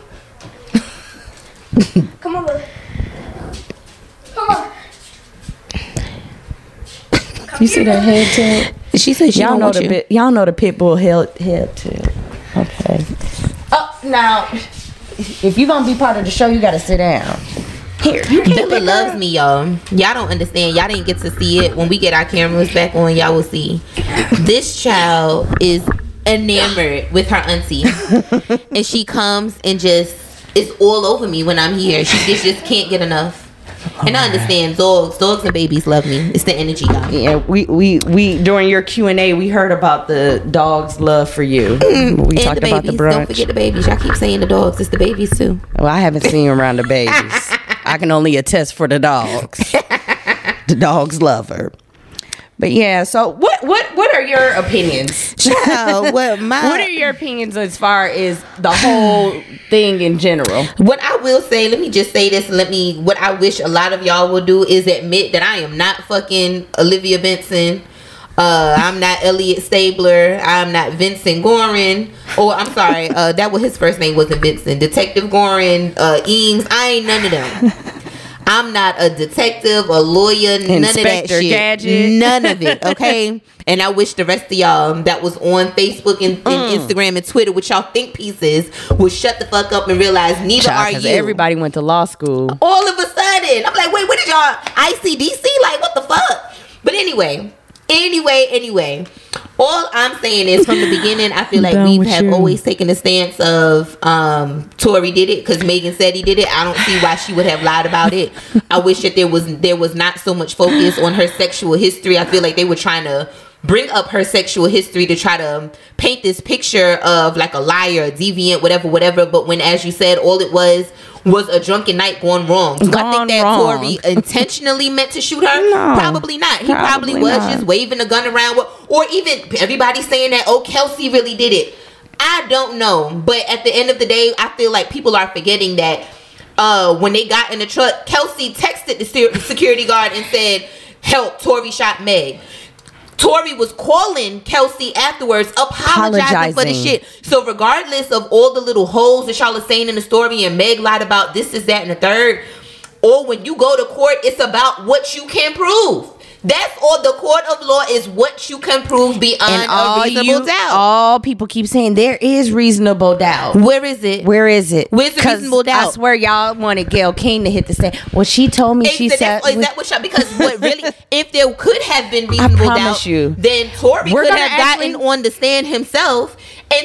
C: Come on, Lily. Come on.
B: You see that head tilt?
A: She said she
B: Y'all
A: don't
B: know
A: want
B: the
A: you.
B: bit, y'all know the pit bull head head tilt. Okay. Oh now, if you're gonna be part of the show, you gotta sit down. Here, you can't
A: Bella
B: pick her
A: loves
B: up.
A: me, y'all. Y'all don't understand. Y'all didn't get to see it. When we get our cameras back on, y'all will see. This child is enamored with her auntie, and she comes and just is all over me when I'm here. She just, just can't get enough. And I understand dogs, dogs and babies love me. It's the energy, y'all.
B: Yeah, we, we, we during your Q and A, we heard about the dog's love for you. we
A: Mm, And the
B: talked about
A: babies. Don't
B: the brunch.
A: forget the babies. Y'all keep saying the dogs. It's the babies too.
B: well, I haven't seen you around the babies. I can only attest for the dogs. the dogs love her. But yeah, so what what what are your opinions? [laughs]
A: Child, what my
B: What are your opinions as far as the whole thing in general?
A: What I will say, let me just say this. Let me. What I wish a lot of y'all will do is admit that I am not fucking Olivia Benson. Uh, I'm not Elliot Stabler. I'm not Vincent Gorin. Or I'm sorry, uh,
B: [laughs]
A: that was his first name wasn't Vincent. Detective Gorin, uh, Eames. I ain't none of them. I'm not a detective, a lawyer, none of that
B: Inspector
A: shit.
B: Gadget.
A: None of it. Okay. and I wish the rest of y'all that was on Facebook and, and
B: Mm.
A: Instagram and Twitter, which y'all think pieces, would shut the fuck up and realize neither
B: Child,
A: are
B: 'cause
A: you.
B: Everybody went to law school.
A: all of a sudden. I'm like, wait, what did y'all ICDC? Like, what the fuck? But anyway, anyway, anyway. All I'm saying is from the beginning, I feel like
B: Down
A: we
B: with
A: have
B: you.
A: always taken the stance of um Tory did it because Megan said he did it. I don't see why she would have lied about it. I wish that there was there was not so much focus on her sexual history. I feel like they were trying to bring up her sexual history to try to paint this picture of like a liar, a deviant, whatever, whatever. But when, as you said, all it was was a drunken night gone wrong. Do I
B: Gone
A: think that
B: wrong. [laughs]
A: Tory intentionally meant to shoot her?
B: No.
A: probably not. He probably,
B: Probably
A: was
B: not.
A: just waving a gun around, wa- or even everybody saying that oh Kelsey really did it. I don't know, but at the end of the day, I feel like people are forgetting that uh, when they got in the truck, Kelsey texted the se- security guard and said, "Help! Tory shot Meg." Tori was calling Kelsey afterwards, apologizing, for the
B: Apologizing.
A: shit. So regardless of all the little holes that y'all are saying in the story and Meg lied about this, is that, and the third, or when you go to court, it's about what you can prove. That's all the court of law is what you can prove beyond
B: And all
A: a reasonable
B: you,
A: doubt.
B: all people keep saying there is reasonable doubt.
A: Where is it?
B: Where is it?
A: Where's the
B: 'Cause
A: reasonable doubt?
B: I swear y'all wanted Gail King to hit the stand. Well, she told me
A: Is,
B: she
A: that,
B: said.
A: is that what y'all? Because what really,
B: [laughs]
A: if there could have been reasonable doubt,
B: promise you.
A: then Tori
B: We're
A: could
B: gonna
A: have gotten
B: actually-
A: on the stand himself.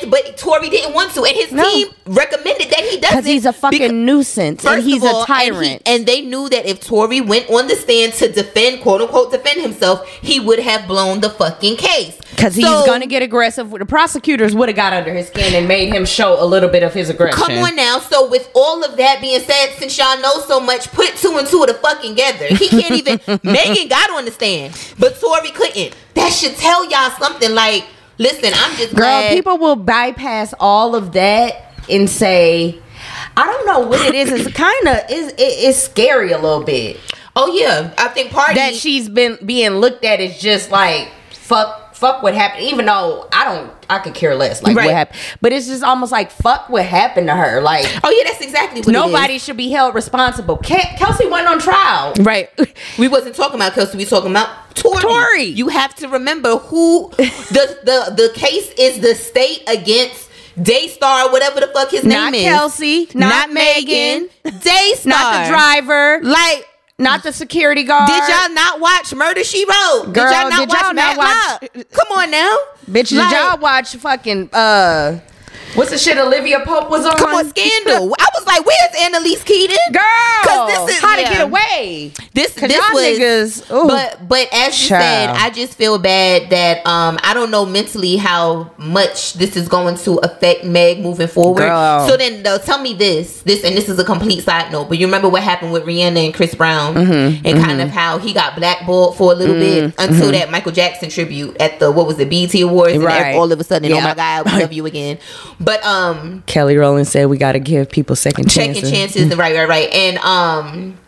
A: And but Tori didn't want to, and his
B: No.
A: team recommended that he doesn't
B: Because he's a fucking
A: because-
B: nuisance and
A: First
B: he's
A: of all,
B: a
A: and he-
B: tyrant.
A: And, they knew that if Tory went on the stand to defend, quote unquote, defend himself, he would have blown the fucking case.
B: Because he's
A: So,
B: going to get aggressive. The prosecutors would have got under his skin and made him show a little bit of his aggression.
A: Come on now. So with all of that being said, since y'all know so much, put two and two to fucking together. He can't
B: [laughs]
A: even. Megan got on the stand, but Tory couldn't. That should tell y'all something. Like, listen, I'm just
B: Girl,
A: glad.
B: people will bypass all of that and say, I don't know what it is. It's kind of is it, it's scary a little bit
A: Oh yeah, I think party.
B: that she's been being looked at as just like fuck fuck what happened. Even though I don't, I could care less like
A: Right.
B: what happened. But it's just almost like fuck what happened to her. Like
A: oh yeah, that's exactly what it is.
B: nobody should be held responsible. Ke- Kelsey wasn't on trial.
A: Right. We wasn't talking about Kelsey. We talking about Tory.
B: Tory.
A: You have to remember
B: [laughs]
A: who the the the case is the state against Daystar, whatever the fuck his
B: Not
A: name
B: Kelsey,
A: is.
B: not, Megan,
A: Daystar.
B: not the driver,
A: Like,
B: not the security guard.
A: did y'all not watch Murder She Wrote?
B: Girl,
A: did y'all not
B: did
A: watch
B: y'all not
A: Mad
B: watch-
A: Love? Come on now,
B: Bitch,
A: Like,
B: did y'all watch fucking uh what's the shit Olivia Pope was on?
A: Come on, Scandal. I was like, where's Annalise Keaton?
B: Girl,
A: 'Cause this is-
B: how to
A: yeah.
B: get away.
A: This
B: Cause
A: this
B: y'all
A: was
B: niggas, ooh.
A: but but as you said,
B: Child.
A: I just feel bad that um I don't know mentally how much this is going to affect Meg moving forward.
B: Girl.
A: So then though, tell me this this and this is a complete side note, but you remember what happened with Rihanna and Chris Brown
B: Mm-hmm,
A: and kind of how he got blackballed for a little
B: Mm,
A: bit until that Michael Jackson tribute at the what was it BT Awards and
B: Right.
A: all of a sudden oh
B: Yeah.
A: my God
B: [laughs]
A: we love you again, but um
B: Kelly Rowland said we gotta give people second
A: checking chances. Right, right, right. And um,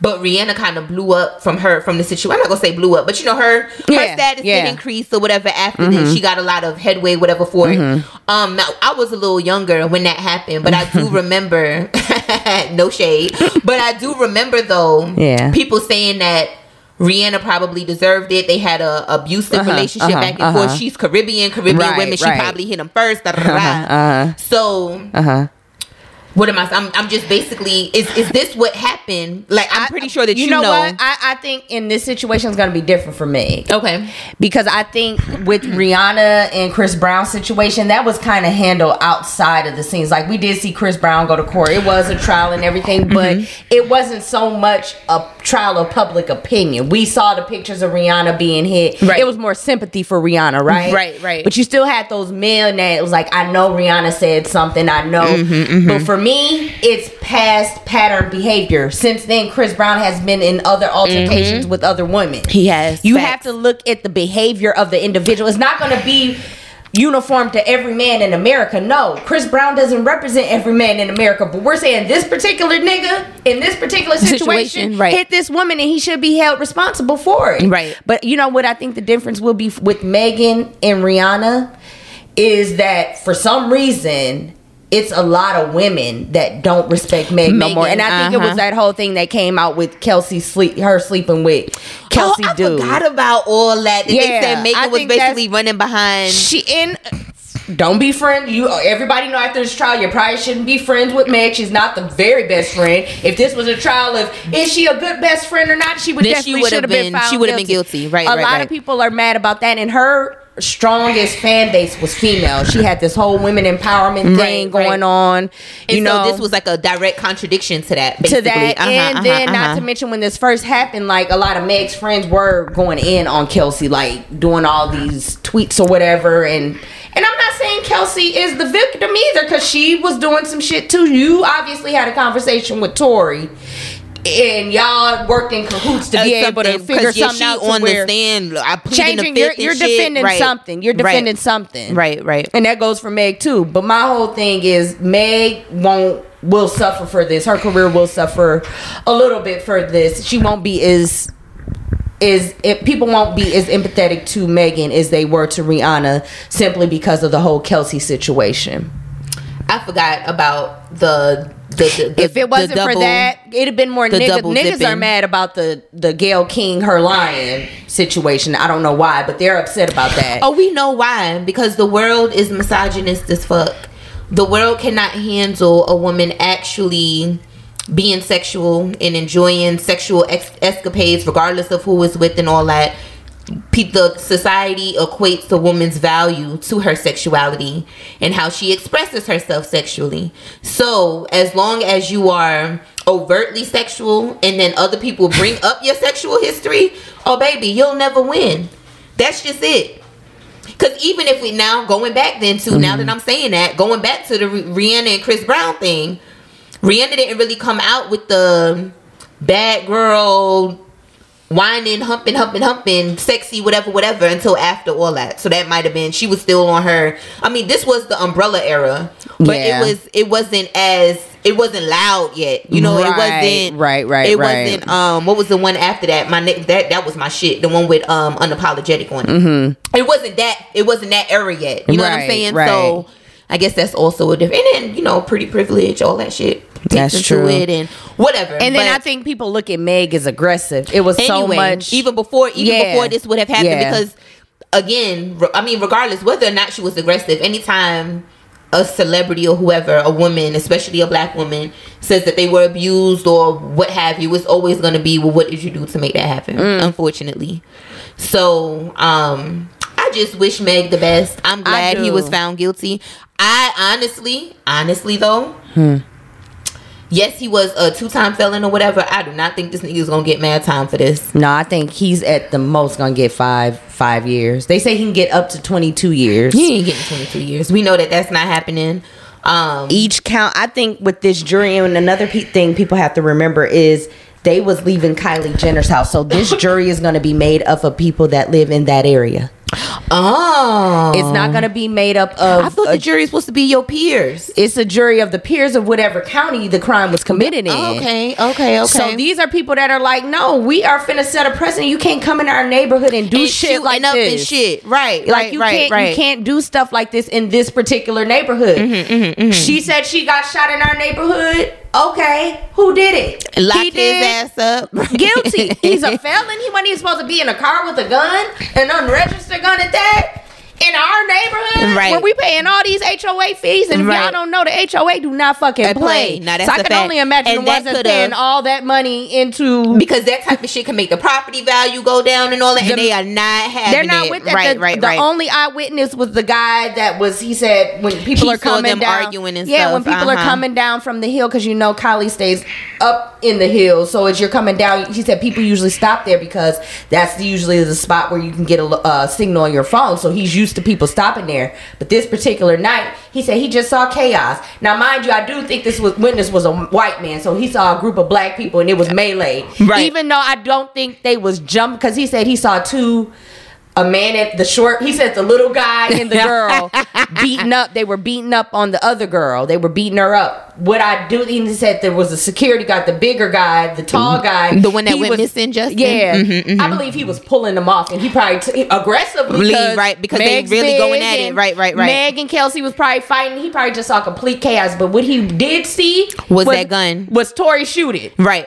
A: but Rihanna kind of blew up from her from the situation. I'm not gonna say blew up, but you know her her
B: Yeah,
A: status
B: yeah. Mm-hmm.
A: did increase or whatever. After this, she got a lot of headway, whatever for it. Um, now, I was a little younger when that happened, but I
B: [laughs]
A: do remember. [laughs] no shade, but I do remember though.
B: Yeah.
A: people saying that. Rihanna probably deserved it. They had a abusive relationship
B: uh-huh,
A: back and
B: uh-huh.
A: forth. She's Caribbean, Caribbean
B: Right,
A: women. She
B: right.
A: probably hit him 1st So
B: Uh-huh.
A: what am I? I'm, I'm just basically. Is is this what happened? Like I'm pretty sure that you,
B: know, what? I, I think in this situation it's gonna be different for me.
A: Okay.
B: Because I think with Rihanna and Chris Brown situation, that was kind of handled outside of the scenes. Like we did see Chris Brown go to court. It was a trial and
A: Mm-hmm.
B: everything, but it wasn't so much a trial of public opinion. We saw the pictures of Rihanna being hit.
A: Right.
B: It was more sympathy for Rihanna, right?
A: Right, right.
B: But you still had those men that it was like, I know Rihanna said something, I know.
A: Mm-hmm,
B: But for me, it's past pattern behavior. Since then, Chris Brown has been in other altercations
A: Mm-hmm.
B: with other women.
A: He has.
B: You
A: Facts.
B: have to look at the behavior of the individual. It's not going to be uniform to every man in America. No, Chris Brown doesn't represent every man in America, but we're saying this particular nigga in this particular situation,
A: Situation, right.
B: hit this woman and he should be held responsible for it.
A: Right.
B: But you know what I think the difference will be f- with Megan and Rihanna is that for some reason it's a lot of women that don't respect Meg no
A: Megan,
B: more. And I think it
A: uh-huh.
B: was that whole thing that came out with Kelsey sleep her sleeping with Kelsey
A: oh, I
B: dude.
A: forgot about all that. They
B: Yeah,
A: said Megan
B: I
A: was
B: think that's-
A: basically running behind.
B: she in don't be friends. You everybody know after this trial, you probably shouldn't be friends with Meg. She's not the very best friend. If this was a trial of is she a good best friend or not, she would
A: Then she
B: definitely
A: would've
B: should have been,
A: been-
B: found
A: she would've been guilty. Right,
B: A
A: right,
B: lot
A: right.
B: of people are mad about that, and her strongest fan base was female. She had this whole women
A: Right,
B: empowerment thing
A: right.
B: going on. You
A: and
B: know,
A: so this was like a direct contradiction to that.
B: to
A: Basically.
B: that,
A: Uh-huh,
B: and
A: uh-huh,
B: then not
A: uh-huh.
B: to mention when this first happened, like a lot of Meg's friends were going in on Kelsey, like doing all these tweets or whatever, and and I'm not saying Kelsey is the victim either because she was doing some shit too. You obviously had a conversation with Tori. And y'all worked in cahoots to
A: Uh,
B: be able to
A: something,
B: figure
A: 'cause, yeah,
B: something
A: she
B: out to
A: on
B: where
A: the stand. look, I plead in the
B: changing. You're,
A: fifth and
B: you're
A: shit.
B: defending
A: Right.
B: something. You're
A: Right.
B: defending something.
A: Right, right.
B: And that goes for Meg too. But my whole thing is Meg won't will suffer for this. Her career will suffer a little bit for this. She won't be as is it, people won't be as empathetic to Megan as they were to Rihanna simply because of the whole Kelsey situation.
A: I forgot about the the, the
B: if it wasn't for that, it'd have been more
A: the
B: niggas.
A: double
B: Niggas are
A: dipping.
B: mad about the the Gail King her lying situation. I don't know why, but they're upset about that.
A: Oh, we know why. Because the world is misogynist as fuck. The world cannot handle a woman actually being sexual and enjoying sexual ex- escapades, regardless of who is with and all that. Pe- The society equates a woman's value to her sexuality and how she expresses herself sexually. So, as long as you are overtly sexual and then other people bring up your sexual history, oh, baby, you'll never win. That's just it. Because even if we now going back then to now
B: Mm-hmm.
A: that I'm saying that going back to the Rih- Rihanna and Chris Brown thing, Rihanna didn't really come out with the bad girl whining, humping, humping, humping, sexy, whatever, whatever until after all that. So that might have been she was still on her. I mean, this was the Umbrella era, but
B: Yeah.
A: it was it wasn't as it wasn't loud yet. You know,
B: Right,
A: it wasn't
B: right, right,
A: It
B: right.
A: wasn't um what was the one after that? My ne- that that was my shit. The one with um unapologetic on it
B: Mm-hmm.
A: it wasn't that it wasn't that era yet. You know what I'm
B: Right,
A: saying?
B: right.
A: So I guess that's also a different. And then you know, pretty privilege, all that shit. takes
B: That's
A: into
B: true.
A: It and whatever.
B: And then
A: But
B: I think people look at Meg as aggressive. It was so
A: anyway,
B: much.
A: even before even
B: Yeah.
A: before this would have happened
B: Yeah.
A: because again, re- I mean, regardless whether or not she was aggressive, anytime a celebrity or whoever, a woman, especially a black woman, says that they were abused or what have you, it's always going to be, well, what did you do to make that happen? Unfortunately, so um, I just wish Meg the best. I'm glad he
B: do.
A: was found guilty. I honestly, honestly though, yes, he was a two time felon or whatever. I do not think this nigga is gonna get mad time for this.
B: no, I think he's at the most gonna get five five years. They say he can get up to twenty two years.
A: He ain't getting 22 years. We know that that's not happening. Um,
B: Each count, I think, with this jury and another pe- thing people have to remember is they was leaving Kylie Jenner's house.
A: [laughs]
B: So this jury is gonna be made up of people that live in that area.
A: oh,
B: It's not gonna be made up of.
A: I thought the
B: a-
A: jury's supposed to be your peers.
B: it's a jury of the peers of whatever county the crime was committed in.
A: Oh, Okay, okay, okay.
B: So these are people that are like, no, we are finna set a precedent. You can't come in our neighborhood and do
A: And
B: shit
A: shooting
B: like
A: up
B: this.
A: and shit. Right,
B: Like
A: right,
B: you
A: right,
B: can't
A: right. Mm-hmm,
B: you can't do stuff like this in this particular neighborhood. She said she got shot in our neighborhood. Okay, who did it?
A: Lock
B: he
A: his
B: did.
A: ass up.
B: [laughs] Guilty.
A: [laughs]
B: He's a felon. He wasn't even supposed to be in a car with a gun, an unregistered gun at that. In our neighborhood,
A: Right.
B: where we paying all these HOA fees, and if
A: Right.
B: y'all don't know the HOA do not fucking
A: And play.
B: play.
A: Now, that's
B: so I
A: a
B: can
A: fact.
B: only imagine
A: And
B: the
A: that
B: ones that's
A: coulda-
B: paying all that money into
A: because that type of shit can make the property value go down and all that,
B: The-
A: and they are not having
B: They're not
A: it.
B: with that.
A: Right,
B: the,
A: right,
B: the
A: right.
B: only eyewitness was the guy that was. He said when people
A: He
B: are
A: saw
B: coming
A: them
B: down,
A: arguing and
B: yeah,
A: stuff,
B: when people are
A: uh-huh.
B: coming down from the hill because you know Kylie stays up in the hill, so as you're coming down, he said people usually stop there because that's usually the spot where you can get a l- uh, signal on your phone. So he's used to people stopping there. But this particular night, he said he just saw chaos. Now, mind you, I do think this was, witness was a white man, so he saw a group of black people and it was melee.
A: Right.
B: Even though I don't think they was jump because he said he saw two a man at the short he said the little guy and
A: [laughs]
B: the girl beating up they were beating up on the other girl they were beating her up what i do he said there was a security guy the bigger guy the tall guy
A: Mm-hmm. The one that
B: He
A: went
B: was-
A: missing, Justin?
B: yeah
A: Mhm, mhm.
B: i believe he was pulling them off and he probably t- aggressively
A: Believe, right, because they really
B: big
A: going at it.
B: and
A: Right, right, right.
B: meg and kelsey was probably fighting he probably just saw complete chaos but what he did see
A: Was that gun.
B: was tori shooting
A: Right.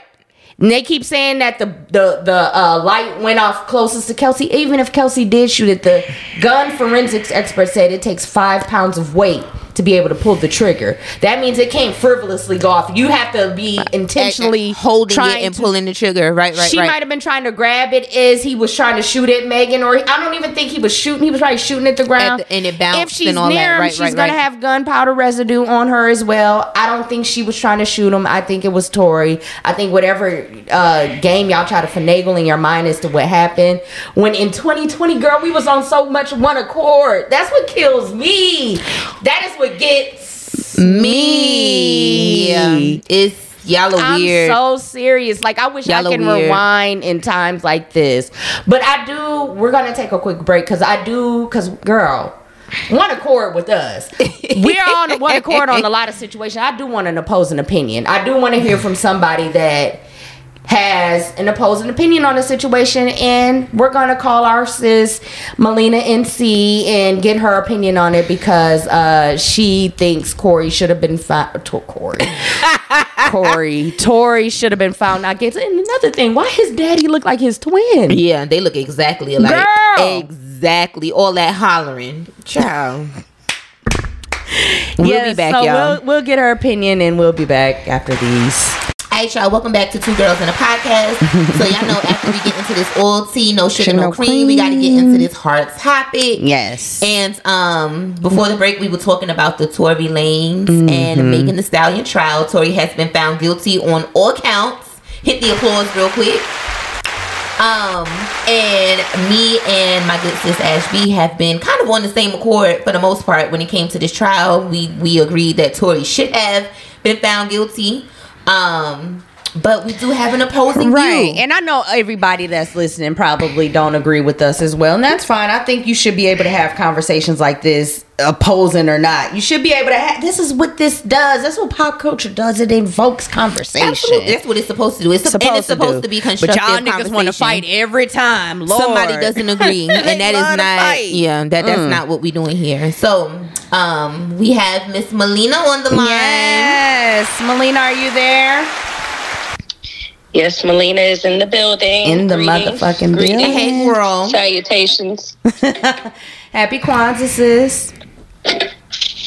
B: and they keep saying that the the the uh, light went off closest to Kelsey. Even if Kelsey did shoot it, the gun forensics expert said it takes five pounds of weight to be able to pull the trigger. That means it can't frivolously go off. You have to be intentionally
A: holding it
B: trying
A: and
B: to-
A: pulling the trigger. Right, right,
B: she
A: right.
B: might have been trying to grab it as he was trying to shoot at Megan, or I don't even think he was shooting. He was probably shooting at the ground.
A: At the- and it bounced
B: If she's
A: and all that.
B: near him,
A: Right,
B: she's
A: right,
B: gonna
A: right.
B: have gunpowder residue on her as well. I don't think she was trying to shoot him. I think it was Tori. I think whatever uh, game y'all try to finagle in your mind as to what happened. When in 2020, girl, we was on so much one accord. That's what kills me. That is what gets
A: me. Yeah. It's y'all are
B: I'm
A: weird.
B: so serious. Like I wish
A: Y'all
B: I
A: are
B: can
A: weird.
B: rewind in times like this. But I do. We're gonna take a quick break because I do. Because girl. One accord with us. We're on one accord on a lot of situations. I do want an opposing opinion. I do want to hear from somebody that has an opposing opinion on the situation, and we're gonna call our sis Melina NC and get her opinion on it because uh, she thinks Corey should have been fired. [laughs] Corey, Corey, Tori should have been found not guilty. And another thing, why his daddy look like his twin?
A: yeah, they look exactly alike.
B: Girl!
A: Exactly. All that hollering. Child. we'll
B: Yes,
A: be back,
B: so
A: y'all.
B: We'll, we'll get her opinion and we'll be back after these.
A: Hey y'all, welcome back to Two Girls in a Podcast. so y'all know after we get into this old tea, no sugar, no, cream, we gotta get into this hard topic.
J: Yes.
A: And um before the break we were talking about the Tory Lanes and Megan the Stallion trial. Tory has been found guilty on all counts. Hit the applause real quick. Um, and me and my good sis Ashby have been kind of on the same accord for the most part when it came to this trial. We we agreed that Tori should have been found guilty. Um, but we do have an opposing
B: right
A: view.
B: and i know everybody that's listening probably don't agree with us as well and that's fine i think you should be able to have conversations like this opposing or not you should be able to have this is what this does that's what pop culture does it invokes conversation
A: Absolutely. That's what it's supposed to do. It's sup- and it's supposed to, be constructive.
B: wanna
A: conversation.
B: every time. Lord.
A: somebody
B: [laughs]
A: doesn't agree and that
B: love
A: is
B: to
A: not
B: fight. Mm.
A: yeah that that's not what we're doing here so um we have miss melina on the line
B: Yes, Melina, are you there?
K: Yes, Melina is in the building.
B: In the
K: Greetings,
B: motherfucking
K: greetings,
B: building.
A: hey girl
K: Salutations.
B: Happy Kwanzaa, sis.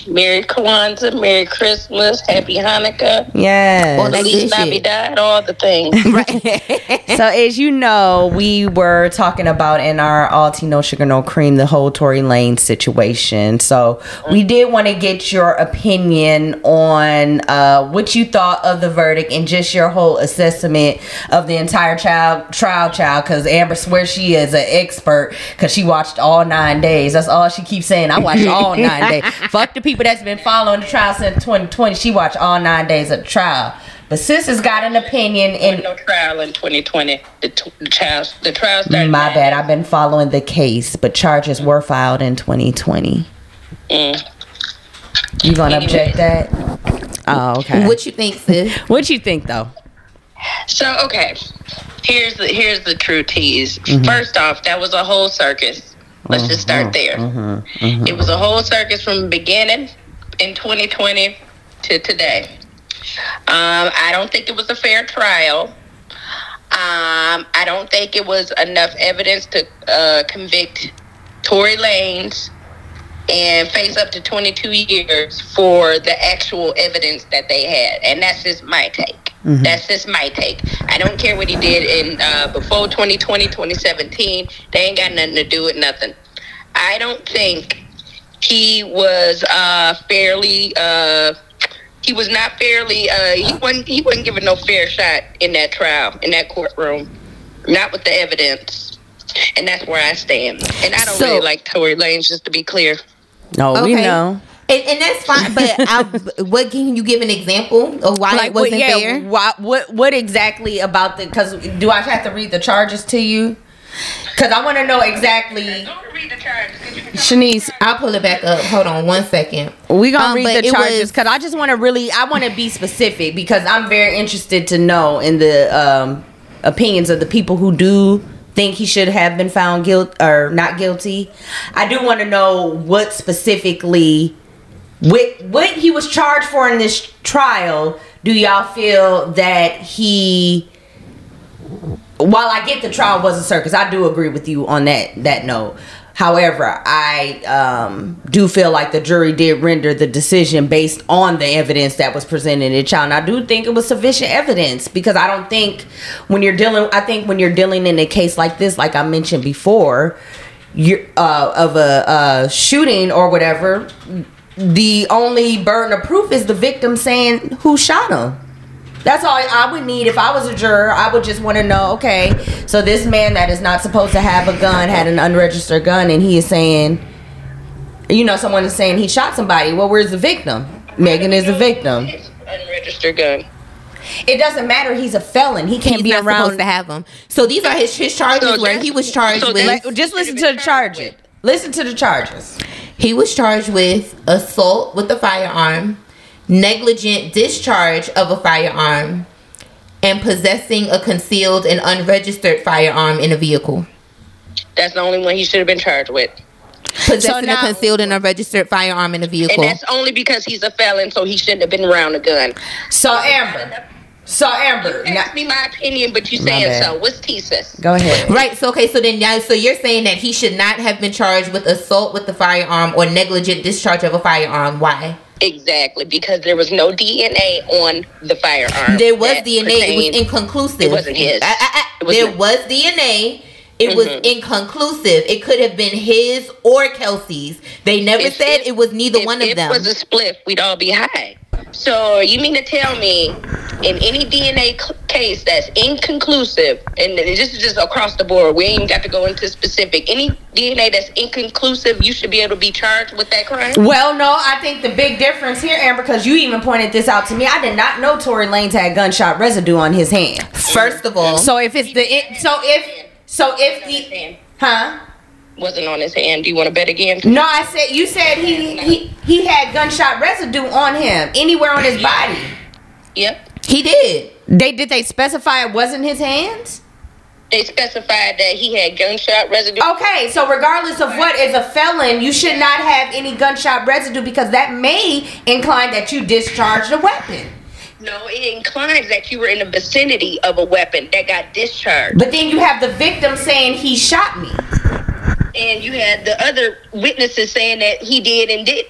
K: Merry Kwanzaa, Merry Christmas, Happy Hanukkah,
B: Yes.
A: All that
K: Feliz
A: good shit.
K: Navidad, all the things.
B: [laughs] so as you know, we were talking about in our all tea no sugar no cream the whole Tory Lane situation. So we did want to get your opinion on uh, what you thought of the verdict and just your whole assessment of the entire child trial child because Amber swears she is an expert because she watched all nine days. That's all she keeps saying. I watched all nine days. Fuck the people that's been following the trial since 2020. She watched all nine days of the trial. But sis has got an opinion and
K: no trial in 2020. The, t- the trial, the trial started.
B: my bad. I've been following the case, but charges were filed in 2020.
K: Mm.
B: You gonna object that? Oh, okay. What,
A: what you think
B: [laughs]
A: sis
B: you think though?
K: So okay, here's the here's the true tease.
B: Mm-hmm.
K: First off, that was a whole circus. Let's just start there.
B: Mm-hmm.
K: It was a whole circus from the beginning in 2020 to today. Um, I don't think it was a fair trial. Um, I don't think it was enough evidence to uh, convict Tory Lanes and face up to 22 years for the actual evidence that they had. And that's just my take. That's just my take. I don't care what he did in uh, before 2020, 2017. They ain't got nothing to do with nothing. I don't think he was uh, fairly. Uh, he was not fairly. Uh, he wasn't. He wasn't given no fair shot in that trial in that courtroom. Not with the evidence. And that's where I stand. And I don't
A: So-
K: really like Tory Lanez, just to be clear.
J: No, we
A: Okay.
J: know.
A: and, and that's fine
B: [laughs]
A: but I, what can you give an example of why it wasn't fair
B: What, what what exactly about the? Because do I have to read the charges to you?
A: Because I want to know exactly.
B: Shanice,
A: I'll pull it back up. Hold on one second.
B: We gonna read
A: Um, but
B: the
A: it
B: charges
A: was-
B: because I just want to really, I want to be specific because I'm very interested to know in the um, opinions of the people who do think he should have been found guilt or not guilty. I do want to know what specifically, what what he was charged for in this trial. Do y'all feel that he? while I get the trial was a circus, I do agree with you on that that note. However, I um, do feel like the jury did render the decision based on the evidence that was presented in the trial, and I do think it was sufficient evidence because I don't think when you're dealing, I think when you're dealing in a case like this, like I mentioned before, you uh, of a uh, shooting or whatever, the only burden of proof is the victim saying who shot him. That's all I would need if I was a juror. I would just want to know, okay, so this man that is not supposed to have a gun had an unregistered gun, and he is saying, you know, someone is saying he shot somebody. Well, where's the victim? Megan is the victim.
K: Unregistered gun.
B: It doesn't matter. He's a felon. He can't
A: He's
B: be
A: not supposed
B: around.
A: to have them. So these are his his charges
K: So
A: where
K: just-
A: he was charged
K: so
A: with.
B: Let- just listen to the charges. Listen to the charges.
A: He was charged with assault with a firearm, negligent discharge of a firearm, and possessing a concealed and unregistered firearm in a vehicle.
K: That's the only one he should have been charged with.
A: Possessing
K: now-
A: a concealed and unregistered firearm in a
K: And
A: vehicle.
K: that's only because he's a felon, so he shouldn't have been around a gun.
B: So Amber. So Amber.
K: You
B: now-
K: asked me my opinion, but you saying
B: bad.
K: so. What's thesis?
B: go ahead.
A: Right. So okay. So then, now, so you're saying that he should not have been charged with assault with a firearm or negligent discharge of a firearm. Why?
K: Exactly, because there was no DNA on the firearm.
A: There was
K: that
A: DNA. it
K: pertained-
A: was inconclusive.
K: It wasn't his. Mm-hmm.
A: I- I- I-
K: It was
A: there
K: not-
A: was DNA. It was inconclusive. It could have been his or Kelsey's. They never
K: If-
A: said
K: if-
A: it was neither
K: if
A: one of
K: it
A: them.
K: was a split, we'd all be high. So you mean to tell me, in any DNA c- case that's inconclusive, and this is just across the board, we ain't even got to go into specific. Any DNA that's inconclusive, you should be able to be charged with that crime.
B: Well, no, I think the big difference here, Amber, because you even pointed this out to me. I did not know Tory Lanez had gunshot residue on his hand.
A: First of all,
B: So if it's the it, so if so if the huh?
K: Wasn't on his hand. Do you want to bet again?
B: No, I said you said he he he had gunshot residue on him anywhere on his body.
K: Yep.
A: he did.
B: They did they specify it wasn't his hands?
K: They specified that he had gunshot residue.
B: Okay, so regardless of what is a felon, you should not have any gunshot residue because that may incline that you discharged a weapon.
K: No, it inclines that you were in the vicinity of a weapon that got discharged.
B: But then you have the victim saying he shot me.
K: and you had the other witnesses saying that he did and did.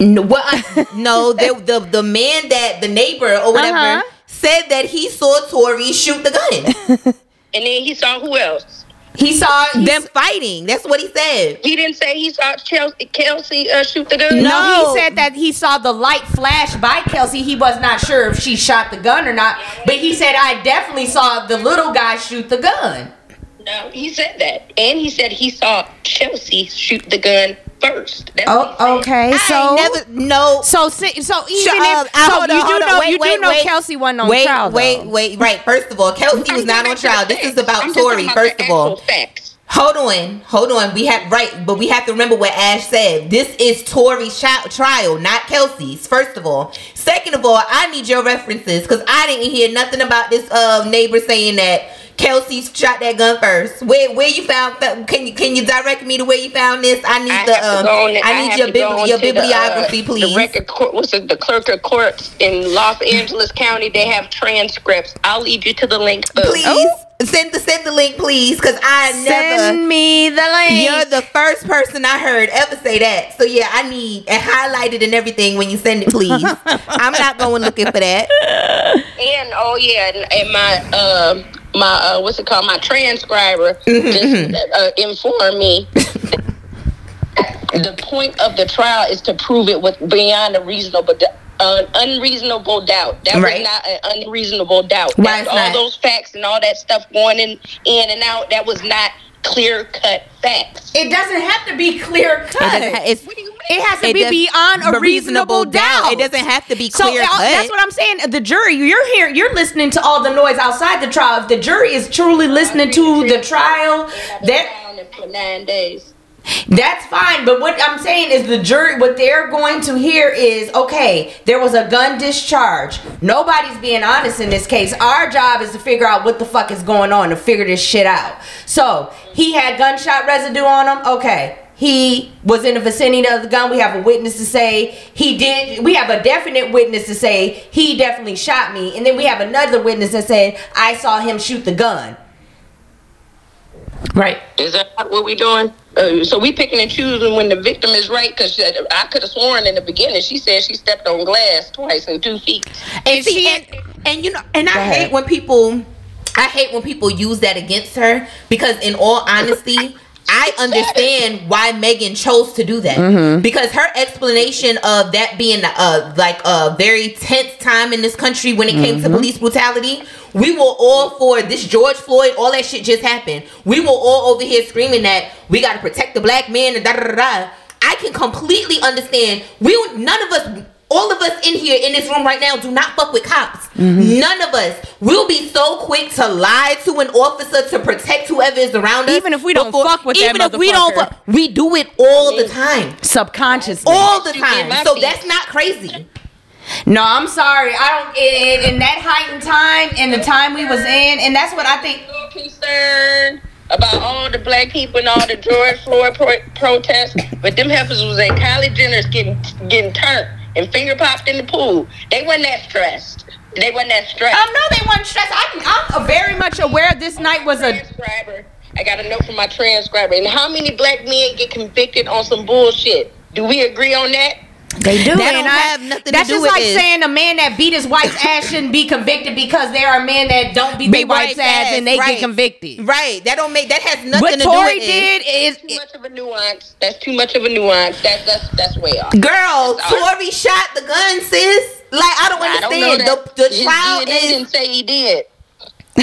A: No, what uh, I-
K: [laughs]
A: no, the, the the man that the neighbor or whatever
B: Uh-huh.
A: said that he saw Tori shoot the
K: [laughs]
A: gun.
K: And then he saw who else?
B: [laughs] He saw he
A: them fighting. That's what he said.
K: He didn't say he saw Chelsea, Kelsey uh, shoot the gun.
B: No,
A: No.
B: he said that he saw the light flash by Kelsey. He was not sure if she shot the gun or not, but he said, I definitely saw the little guy shoot the gun.
A: Mm-hmm.
K: No, he said that, and he said he saw Chelsea shoot the gun first. That's what he said.
B: Oh, okay. So,
A: I ain't never no.
B: so, si- so even
A: Shut up.
B: if
A: I-
B: so
A: hold
B: you
A: on,
B: do
A: hold on.
B: know
A: Wait,
B: you do
A: wait,
B: know
A: wait.
B: Kelsey wasn't on
A: wait,
B: trial.
A: wait,
B: though.
A: wait. Right. First of all, Kelsey was not on trial. This is about
K: I'm just
A: Tory.
K: talking
A: First
K: the
A: of all,
K: actual facts.
A: hold on, hold on. We have right, but we have to remember what Ash said. This is Tory's chi- trial, not Kelsey's. First of all, second of all, I need your references because I didn't hear nothing about this uh, neighbor saying that. Kelsey shot that gun first. Where where you found? Can you can you direct me to where you found this? I need
K: I
A: the
K: have
A: um,
K: to go on,
A: I need
K: have
A: your
K: to go
A: bibli-
K: on
A: your
K: to the, uh,
A: bibliography, please.
K: The record court, what's it, the clerk of courts in Los Angeles County? They have transcripts. I'll lead you to the link. of-
A: please send the send the link, please, because I never.
B: Send me the link.
A: You're the first person I heard ever say that. So yeah, I need and highlight it and everything when you send it, please. [laughs] I'm not going looking for that.
K: And oh yeah, and, and my uh, my uh, what's it called? My transcriber
A: Mm-hmm,
K: just uh, informed me. the point of the trial is to prove it with beyond a reasonable, d- an unreasonable doubt. That
A: Right.
K: was not an unreasonable doubt.
A: Why
K: That's
A: it's
K: all
A: not?
K: those facts and all that stuff going in in and out. That was not clear cut facts.
B: It doesn't have to be clear cut.
A: It doesn't- it's-
B: It has to
A: it
B: be
A: does-
B: beyond a
A: but
B: reasonable, doubt.
A: It doesn't have to be
B: So
A: clear
B: uh,
A: cut.
B: that's what I'm saying. The jury, you're here, you're listening to all the noise outside the trial. If the jury is truly listening to the trial, that
K: For nine days.
B: that's fine, but what I'm saying is the jury, what they're going to hear is okay, there was a gun discharge. Nobody's being honest in this case. Our job is to figure out what the fuck is going on to figure this shit out. So he had gunshot residue on him. Okay. He was in the vicinity of the gun. We have a witness to say he did. We have a definite witness to say he definitely shot me. And then we have another witness that said, I saw him shoot the gun.
A: Right.
K: Is that what we doing? Uh, so we picking and choosing when the victim is right because I could have sworn in the beginning she said she stepped on glass twice in two feet.
A: and see, and, and you know, and I hate when people, I hate when people use that against her because, in all honesty, I understand why Megan chose to do that
L: Mhm.
A: because her explanation of that being a like a very tense time in this country when it came to
L: Mhm.
A: police brutality. We were all for this George Floyd, all that shit just happened. We were all over here screaming that we gotta protect the black man and da da da da. I can completely understand. We none of us, all of us in here in this room right now, do not fuck with cops.
L: Mhm.
A: None of us will be so quick to lie to an officer to protect whoever is around us. Even if we don't fuck
B: with that
A: even if we don't,
B: motherfucker.
A: fuck, we do it all the time,
B: subconsciously,
A: all the time. So that's not crazy.
B: No, I'm sorry. I don't. In, in- in that heightened time, and the time we was in, and that's what I think.
K: concerned about all the black people and all the George Floyd pro- protests, but them heifers was at Kylie Jenner's getting getting turned and finger popped in the pool. They wasn't that stressed. They wasn't that stressed.
B: Um, no, they weren't stressed. I, I'm uh, very much aware this night was a.
K: transcriber. I got a note from my transcriber. And how many black men get convicted on some bullshit? Do we agree on that?
B: They
K: do, and I- nothing to
B: That's
K: do
B: just
K: with
B: like
K: this.
B: saying a man that beat his wife's ass shouldn't be convicted because there are men that don't beat their wife's ass, and they get convicted.
A: Right. That don't make that has
B: What
A: nothing to do
B: Tory
A: with
B: did is
K: too much of a nuance. That's too much of a nuance. That's that's that's way off.
A: Girl,
K: That's all.
A: Tory shot the gun, sis. Like I don't understand.
K: know that.
A: the the
K: He
A: trial
K: did. They
A: is
K: didn't say he did,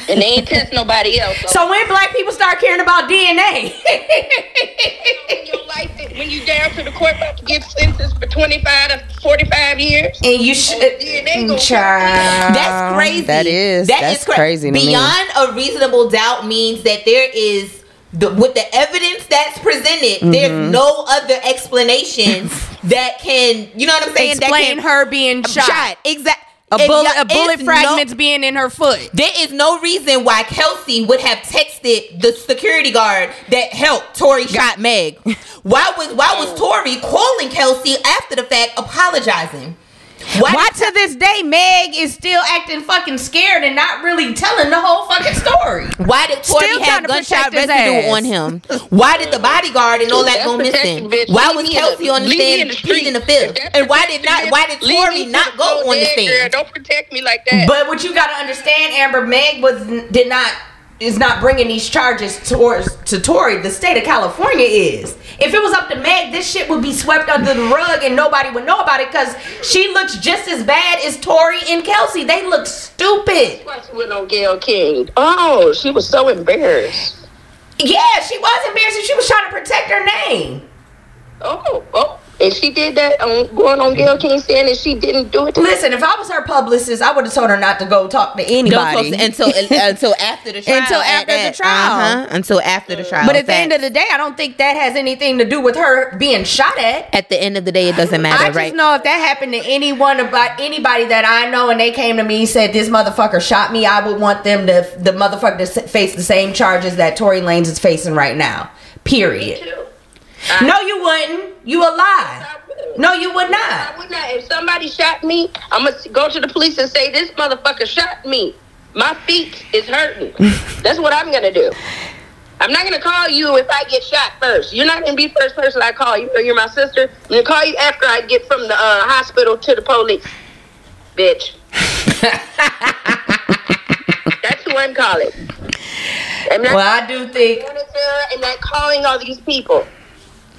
K: and they ain't test nobody else.
B: So when black people start caring about DNA,
K: your life that when you down to the court about to get sentenced for twenty five to forty five years,
B: and you should
M: Child.
A: That's crazy.
M: That is.
A: That
M: that's
A: is cra-
M: crazy to
A: Beyond a reasonable doubt means that there is the, with the evidence that's presented,
B: Mm-hmm.
M: Mhm.
A: there's no other explanation that can you know what I'm saying?
B: Explain
A: that can,
B: her being shot.
A: Exactly.
B: A bullet- a bullet fragments being in her foot.
A: There is no reason why Kelsey would have texted the security guard that helped Tori shot
M: [laughs]
A: Meg. Why was why
M: Oh.
A: was Tori calling Kelsey after the fact apologizing?
B: Why, to this day Meg is still acting fucking scared and not really telling the whole fucking story?
A: Why did Tory have gunshot residue on
B: [laughs]
A: him? Why did the bodyguard and all that
B: That's
A: go missing?
B: protection, bitch.
A: Why
B: Leave
A: was
B: me in the-
A: Kelsey on the
B: leave me in
A: stand
B: the
A: pleading the fifth? And why did not? Why did Tory not go on the stand?
K: Oh, Don't protect me like
B: But what you gotta understand, Amber, Meg was did not is not bringing these charges towards to Tory. The state of California is. If it was up to Meg, this shit would be swept under the rug and nobody would know about it because she looks just as bad as Tory and Kelsey. They look stupid.
K: Why she went on Gail King? Oh, she was so embarrassed.
B: Yeah, she was embarrassed. and She was trying to protect her name.
K: Oh, oh. And she did that on going
A: Mm-hmm.
K: on Gail King's stand, and she didn't do it.
B: Listen, if I was her publicist, I would have told her not to go talk to
A: Don't
B: anybody
A: talk to- [laughs] until until after the trial.
B: Until after
A: at
B: the trial.
A: Uh-huh, Until after the trial.
B: But at the
A: Fact.
B: end of the day, I don't think that has anything to do with her being shot at.
A: at the end of the day, it doesn't
B: I
A: matter,
B: just
A: right?
B: know if that happened to anyone about anybody that I know, and they came to me and said this motherfucker shot me, I would want them to the motherfucker to s- face the same charges that Tory Lanez is facing right now. Period. No, you wouldn't. You a lie. No, you would not.
K: I would not. If somebody shot me, I'm gonna go to the police and say this motherfucker shot me. My feet is hurting. That's what I'm gonna do. I'm not gonna call you if I get shot first. You're not gonna be first person I call. You know you're my sister. I'm gonna call you after I get from the uh, hospital to the police, bitch. That's who I'm calling. I'm not
B: Well, I do think.
K: and not calling all these people.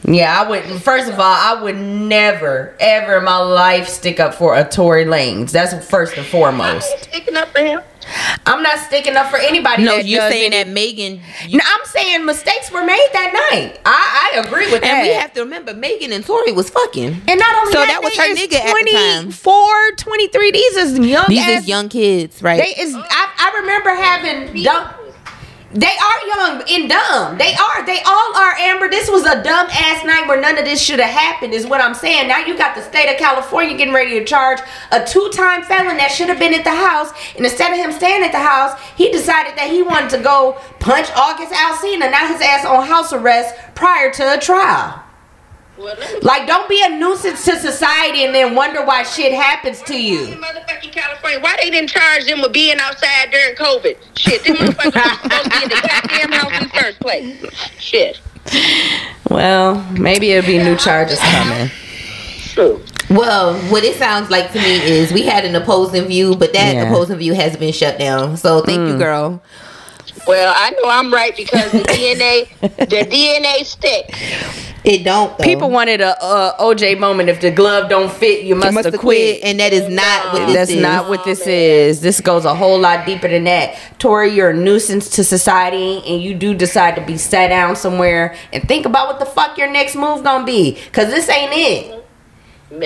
B: Yeah, I would. First of all, I would never, ever in my life stick up for a Tory Lanez. That's first and foremost.
K: Sticking up for him.
B: I'm not sticking up for anybody.
M: No,
B: that
M: you're
B: does
M: saying
B: any-
M: that Megan
B: No, I'm saying mistakes were made that night. I, I agree with
M: and
B: that.
M: we have to remember Megan and Tori was fucking.
B: and not only
M: so
B: that,
M: that was
B: they
M: her
B: is
M: nigga at the time.
B: 24, 23. These is young.
M: These
B: ass-
M: is young kids, right?
B: They is. I, I remember having dumb. They are young and dumb. They are. They all are. Amber, this was a dumb ass night where none of this should have happened. Is what I'm saying. Now you got the state of California getting ready to charge a two time felon that should have been at the house, and instead of him staying at the house, he decided that he wanted to go punch August Alsina. Now his ass on house arrest prior to a trial. Like, don't be a nuisance to society and then wonder why shit happens to you.
K: Motherfucking California. Why they didn't charge them with being outside during COVID? Shit, them motherfuckers was supposed to be in the goddamn house in the first place. Shit.
B: Well, maybe it'll be new charges coming.
M: Well, what it sounds like to me is we had an opposing view, but that
B: Yeah. Mm.
M: opposing view has been shut down. So thank you, girl.
K: Well, I know I'm right because the DNA, the DNA stick.
M: It don't. Though.
B: People wanted a, uh OJ moment. If the glove don't fit, you must, have quit.
M: And that is not what this
B: That's
M: is.
B: not what this is. This goes a whole lot deeper than that. Tori, you're a nuisance to society, and you do decide to be sat down somewhere and think about what the fuck your next move gonna be. Cause this ain't it.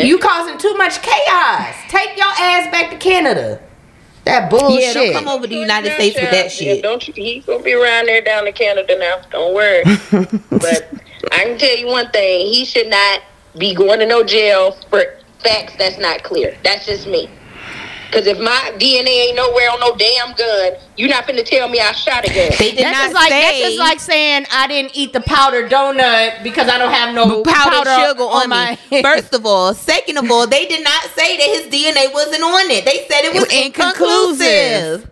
B: You causing too much chaos. Take your ass back to Canada. That bullshit.
M: Yeah, don't come over to the United States with that
K: Yeah,
M: shit.
K: don't you, he gonna be around there down in Canada now. Don't worry. but I can tell you one thing: he should not be going to no jail for facts that's not clear. That's just me. Cause if my DNA ain't nowhere on no damn gun, you're not finna tell me I shot a gun.
M: They did
B: That's
M: not
B: just like that's
M: say-
B: just like saying I didn't eat the powdered donut because I don't have no
M: powdered
B: powder
M: sugar on,
B: my.
K: [laughs]
M: me. First of all, second of all, they did not say that his DNA wasn't on it. They said it was inconclusive.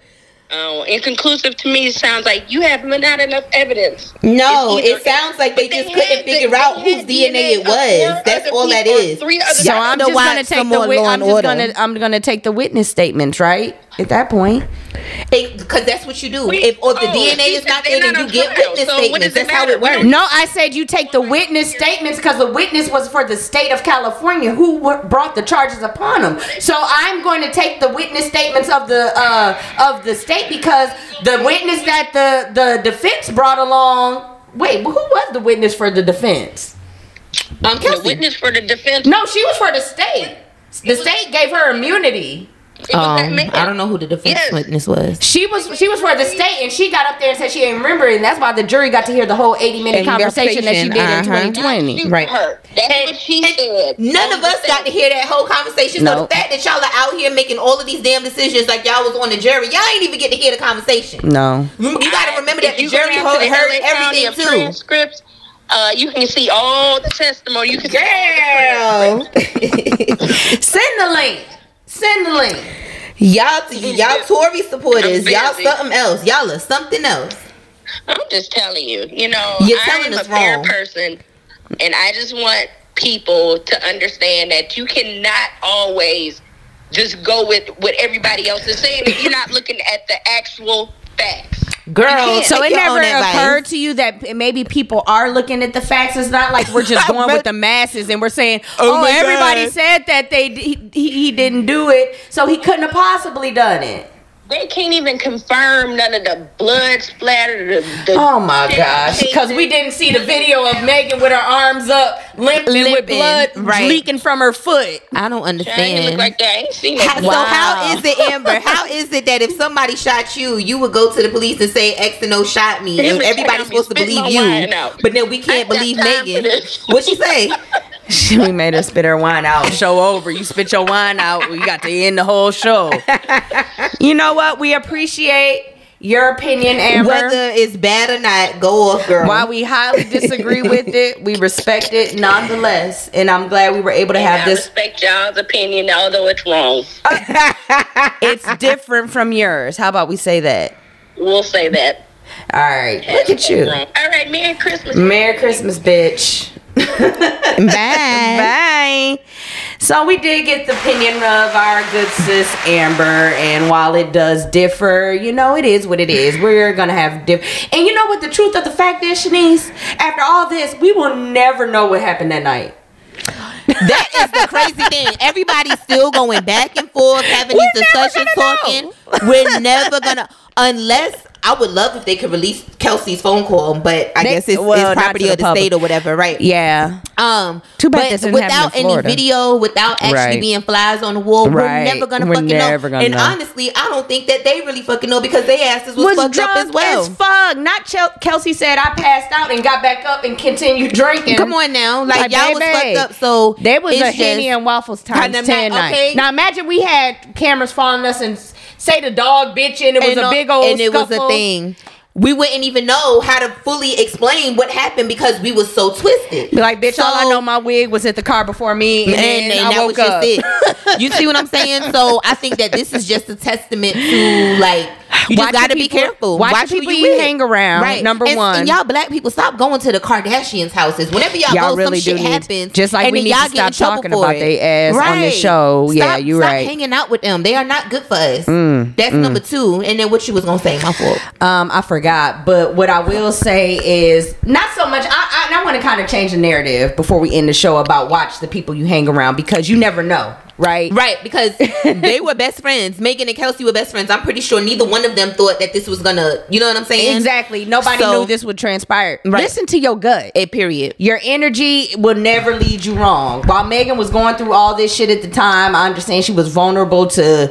K: Oh, inconclusive to me sounds like you have not enough evidence.
M: No,
K: It's either-
M: it sounds like they
K: But
M: just
K: they
M: couldn't
K: had-
M: figure
K: they
M: out
K: had
M: whose DNA it
K: of four
M: was. That's
K: other
M: all that
K: people,
M: is.
B: [laughs]
K: Three other
B: So I'm just
M: why
B: gonna
M: it's
B: take
M: some
B: the
M: more
B: wit-
M: law
B: I'm
M: and
B: just
M: order.
B: gonna I'm gonna take the witness statements right at that point.
M: Because that's what you do.
K: We-
M: if or the
K: oh,
M: DNA
K: she
M: is not there,
K: said
M: then you
K: they're not on
M: get
K: trial.
M: witness
K: So what
M: statements.
K: does it
M: That's how it
K: matter?
M: works.
B: No, I said you take the witness statements because the witness was for the state of California who wa- brought the charges upon him. So I'm going to take the witness statements of the uh, of the state because the witness that the the defense brought along. Wait, who was the witness for the defense? Um,
K: The
B: Kelsey.
K: witness for the defense.
B: No, she was for the state. The state gave her immunity.
K: it was that man.
M: Um, I don't know who the defense
K: Yes.
M: witness was.
B: She was she was for the state, and she got up there and said she didn't remember it, and that's why the jury got to hear the whole eighty minute conversation that she did in
M: uh-huh.
B: twenty twenty.
K: Shoot
M: Right.
K: her. That's what she said.
M: None of us got to hear that whole conversation. So
N: No.
M: the fact that y'all are out here making all of these damn decisions like y'all was on the jury, y'all ain't even get to hear the conversation.
N: No.
M: You gotta remember that
K: If
M: the
K: you go
M: jury
K: down
M: heard,
K: to the
M: heard
K: LA
M: everything
K: County of
M: too.
K: Transcripts. Uh, you can see all the testimony. You can see all the
M: Girl,
B: Send the link. Send the link.
M: y'all, y'all Tory supporters,
K: I'm
M: y'all
K: busy.
M: something else. Y'all are something else.
K: I'm just telling you, you know,
M: You're
K: I
M: telling
K: am a
M: us
K: fair
M: wrong.
K: person, and I just want people to understand that you cannot always just go with what everybody else is saying if you're not looking at the actual facts.
B: Girl, so it
M: take your
B: never
M: own advice.
B: occurred to you that p- maybe people are looking at the facts. It's not
M: [laughs]
B: like we're just going with the masses and we're saying, "Oh,
M: my
B: everybody
M: God.
B: said that they d- he, he didn't do it, so he couldn't have possibly done it."
K: They can't even confirm none of the blood splatter. The, the
B: Oh my
K: shit
B: gosh!
K: cases.
B: Because we didn't see the video of Megan with her arms up, limping, with
M: Limping,
B: blood
M: right.
B: leaking from her [laughs] foot.
M: I don't
K: I ain't look
M: understand.
K: like that. I ain't seen
M: How- So
K: that.
M: how is it, [laughs] Amber? How is it that if somebody shot you, you would go to the police and say X and O shot me,
K: They
M: and
K: would check
M: everybody's
K: on me,
M: supposed to
K: spit
M: believe
K: my
M: you,
K: wine out.
M: but then we can't
K: I got
M: believe
K: time for
M: Megan?
K: this.
M: What she
K: [laughs]
M: say?
N: we made her spit her wine out.
B: Show over. You spit your wine out. We got to end the whole show. [laughs] you know what? We appreciate your opinion, Amber.
M: Whether it's bad or not, go off, girl.
B: While we highly disagree [laughs] with it, we respect it nonetheless. And I'm glad we were able to have
K: I
B: this.
K: respect y'all's opinion, although it's wrong.
N: It's different from yours. How about we say that?
K: We'll say that.
B: All right. Look at you.
K: All right, Merry Christmas.
B: Merry Christmas, bitch. [laughs] Bye. So we did get the opinion of our good sis Amber, and while it does differ, you know it is what it is. We're gonna have diff. And you know what? The truth of the fact is, Shanice, after all this, we will never know what happened that night.
M: That is the crazy thing. Everybody's still going back and forth, having
B: We're
M: these
B: never
M: discussions,
B: gonna
M: talking.
B: know.
M: We're never gonna unless I would love if they could release Kelsey's phone call, but I
A: They-
M: guess it's,
A: well, not
M: it's property
A: to the
M: of the
A: public.
M: state or whatever, right?
A: Yeah.
M: Um.
A: Too bad
M: but
A: this didn't happen in
M: without any
A: Florida.
M: video, without actually
A: Right.
M: being flies on the wall,
A: Right.
M: we're never gonna
A: We're
M: fucking
A: never
M: know.
A: gonna
M: and
A: know.
M: honestly, I don't think that they really fucking know because they asked us was, fucked up as well.
B: fuck. Not Chel- Kelsey said I passed out and got back up and continued drinking.
M: Come on now, like,
B: baby,
M: y'all was fucked up. So
B: there was
M: it's
B: a
M: just-
B: henny and waffles times
M: Kinda
B: ten
M: ma-
B: night.
M: okay.
B: Now imagine we had cameras following us and s- say the dog bitch and it was
M: And
B: a
M: all-
B: big old
M: and it was a
B: scuffle.
M: thing. We wouldn't even know how to fully explain what happened because we was so twisted.
B: Be like, bitch,
M: So-
B: all I know my wig was at the car before me, and, then I
M: that
B: woke
M: was
B: up.
M: just it. You see what I'm saying? So I think that this is just a testament to like you
B: Watch
M: just
B: the
M: gotta be
B: people-
M: careful.
B: watch the
M: who
B: people
M: with.
B: you hang around, number
M: And-
B: one.
M: and y'all black people stop going to the Kardashians' houses. Whenever y'all,
O: Y'all
M: go,
O: really
M: some
O: do
M: shit
O: need-
M: happens.
O: just like
M: and
O: we
M: then
O: need to
M: y'all get in
O: stop talking
M: trouble for
O: about
M: it.
O: they ass on this
M: Right.
O: show. Yeah,
M: Stop-
O: you
M: stop
O: right.
M: Hanging out with them, they are not good for us.
O: Mm,
M: That's
O: mm.
M: number two. And then what you was gonna say? My fault.
B: Um, I forgot, but what I will say is not so much. I I, and I want to kind of change the narrative before we end the show about watch the people you hang around because you never know, right?
M: Right, because they were best friends. Megan and Kelsey were best friends. I'm pretty sure neither one of them thought that this was gonna. You know what I'm saying?
B: Exactly. Nobody
M: So-
B: knew this would transpire.
M: Right.
B: Listen to your gut.
M: A period.
B: Your energy will never lead you wrong. While Megan was going through all this shit at the time, I understand she was vulnerable to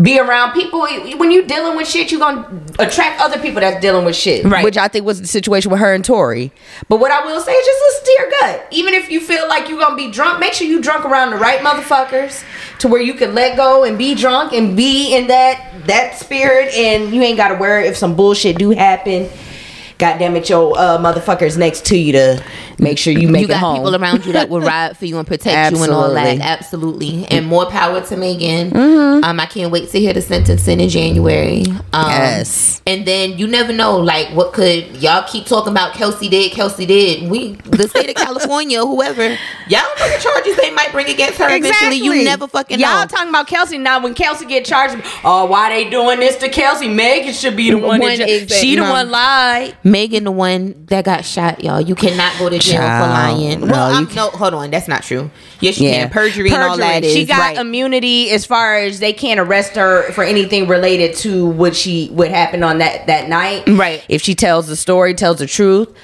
B: be around people. When you dealing with shit, you're gonna attract other people that's dealing with shit.
A: Right.
B: Which I think was the situation with her and Tori. But what I will say is just listen to your gut. Even if you feel like you're gonna be drunk, make sure you drunk around the right motherfuckers to where you can let go and be drunk and be in that that spirit and you ain't gotta worry if some bullshit do happen. God damn it, your uh, motherfuckers next to you to make sure you make
M: you
B: it
M: got
B: home.
M: people around you that [laughs] will ride for you and protect you and all that.
B: Absolutely.
M: Absolutely, and more power to Megan. Um, I can't wait to hear the sentencing in January. Um,
B: Yes.
M: and then you never know, like what could y'all keep talking about? Kelsey did, Kelsey did. We, the state [laughs] of California, whoever y'all don't know the charges they might bring against her eventually. You never fucking
B: Y'all
M: know.
B: talking about Kelsey now. When Kelsey get charged, oh, why they doing this to Kelsey? Megan should be the one. that
M: One
B: ju-
M: exact-
B: she the
M: no.
B: one lied.
M: Megan, the one that got shot, y'all. You cannot go to jail for
B: Child.
M: lying.
B: No,
M: well,
B: you
M: I'm, no, hold on, that's not true. Yes, you can. Perjury, and all that is
B: She got
M: right.
B: immunity as far as they can't arrest her for anything related to what she what happened on that that night.
M: Right.
B: If she tells the story, tells the truth.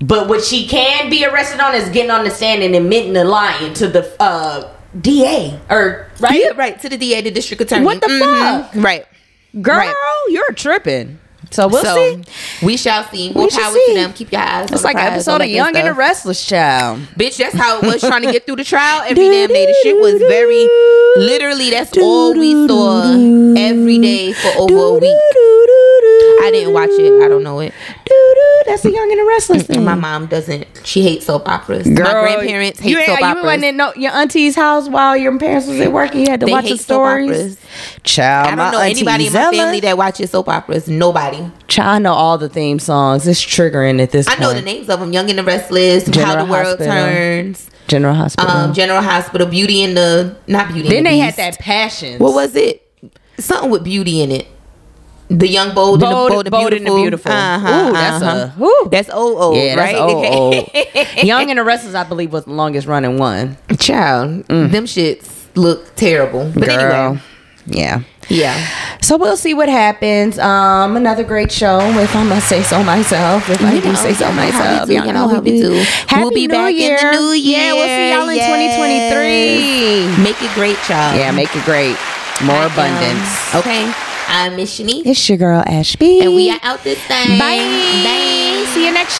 B: But what she can be arrested on is getting on the stand and admitting the lying to the uh, DA or right. Mm-hmm.
M: Yeah, right to the DA, the district attorney.
B: What the fuck?
M: Mhm. Right.
B: Girl,
M: Right.
B: you're tripping. So we'll see.
M: We shall see. More
B: We shall
M: power
B: see.
M: to them. Keep your eyes.
B: It's
M: on
B: like
M: the
B: an
M: prize, all
B: episode
M: that
B: of
M: good
B: Young and the
M: stuff.
B: Restless Child.
M: Bitch, that's how
B: [laughs]
M: it was trying to get through the trial every damn day. The shit was very literally. That's all we saw every day for over a week. I didn't watch it. I don't know it.
B: That's the Young and the Restless thing.
M: My mom doesn't. She hates soap operas. My grandparents hate
B: Mm. you ain't-
M: soap
B: You wasn't
M: operas.
B: in no, your auntie's house while your parents was at work. and You had to
M: They
B: watch the
M: hate soap
B: stories.
M: operas.
B: Child,
M: I don't know anybody in my family that watches soap operas. Nobody.
B: Child, I know all the theme songs. It's triggering at this
M: I know the names of them: Young and the Restless, How
B: General
M: the World
B: Hospital.
M: Turns,
B: General Hospital.
M: um, General Hospital, Beauty and the not Beauty.
B: then
M: and the
B: they
M: Beast.
B: had that passion.
M: What was it? Something with beauty in it. The young bold,
B: Bold-
M: and the bold,
B: Bold
M: and
B: and
M: the
B: the
M: beautiful. Uh-huh,
B: Beautiful. Ooh, that's a- ooh.
M: that's old old
B: Yeah,
M: right?
B: that's old,
M: [laughs]
B: old. Young and the Restless, I believe, was the longest running one.
M: Child,
B: Mm.
M: them shits look terrible. But anyway,
B: Yeah.
M: yeah.
B: So we'll see what happens. Um, another great show. If I must say so myself, if I do say so myself,
M: you know how we do.
B: Happy
M: we'll be
B: New
M: back
B: Year.
M: in the new year.
B: Yeah, we'll see y'all in
M: Yes.
B: 2023.
M: Make it great, child.
B: Yeah, make it great. More abundance.
M: Um, okay, I'm Miss Shanice,
B: It's your girl Ashby,
M: and we are out this thing.
B: Bye.
M: Bye.
B: See you next.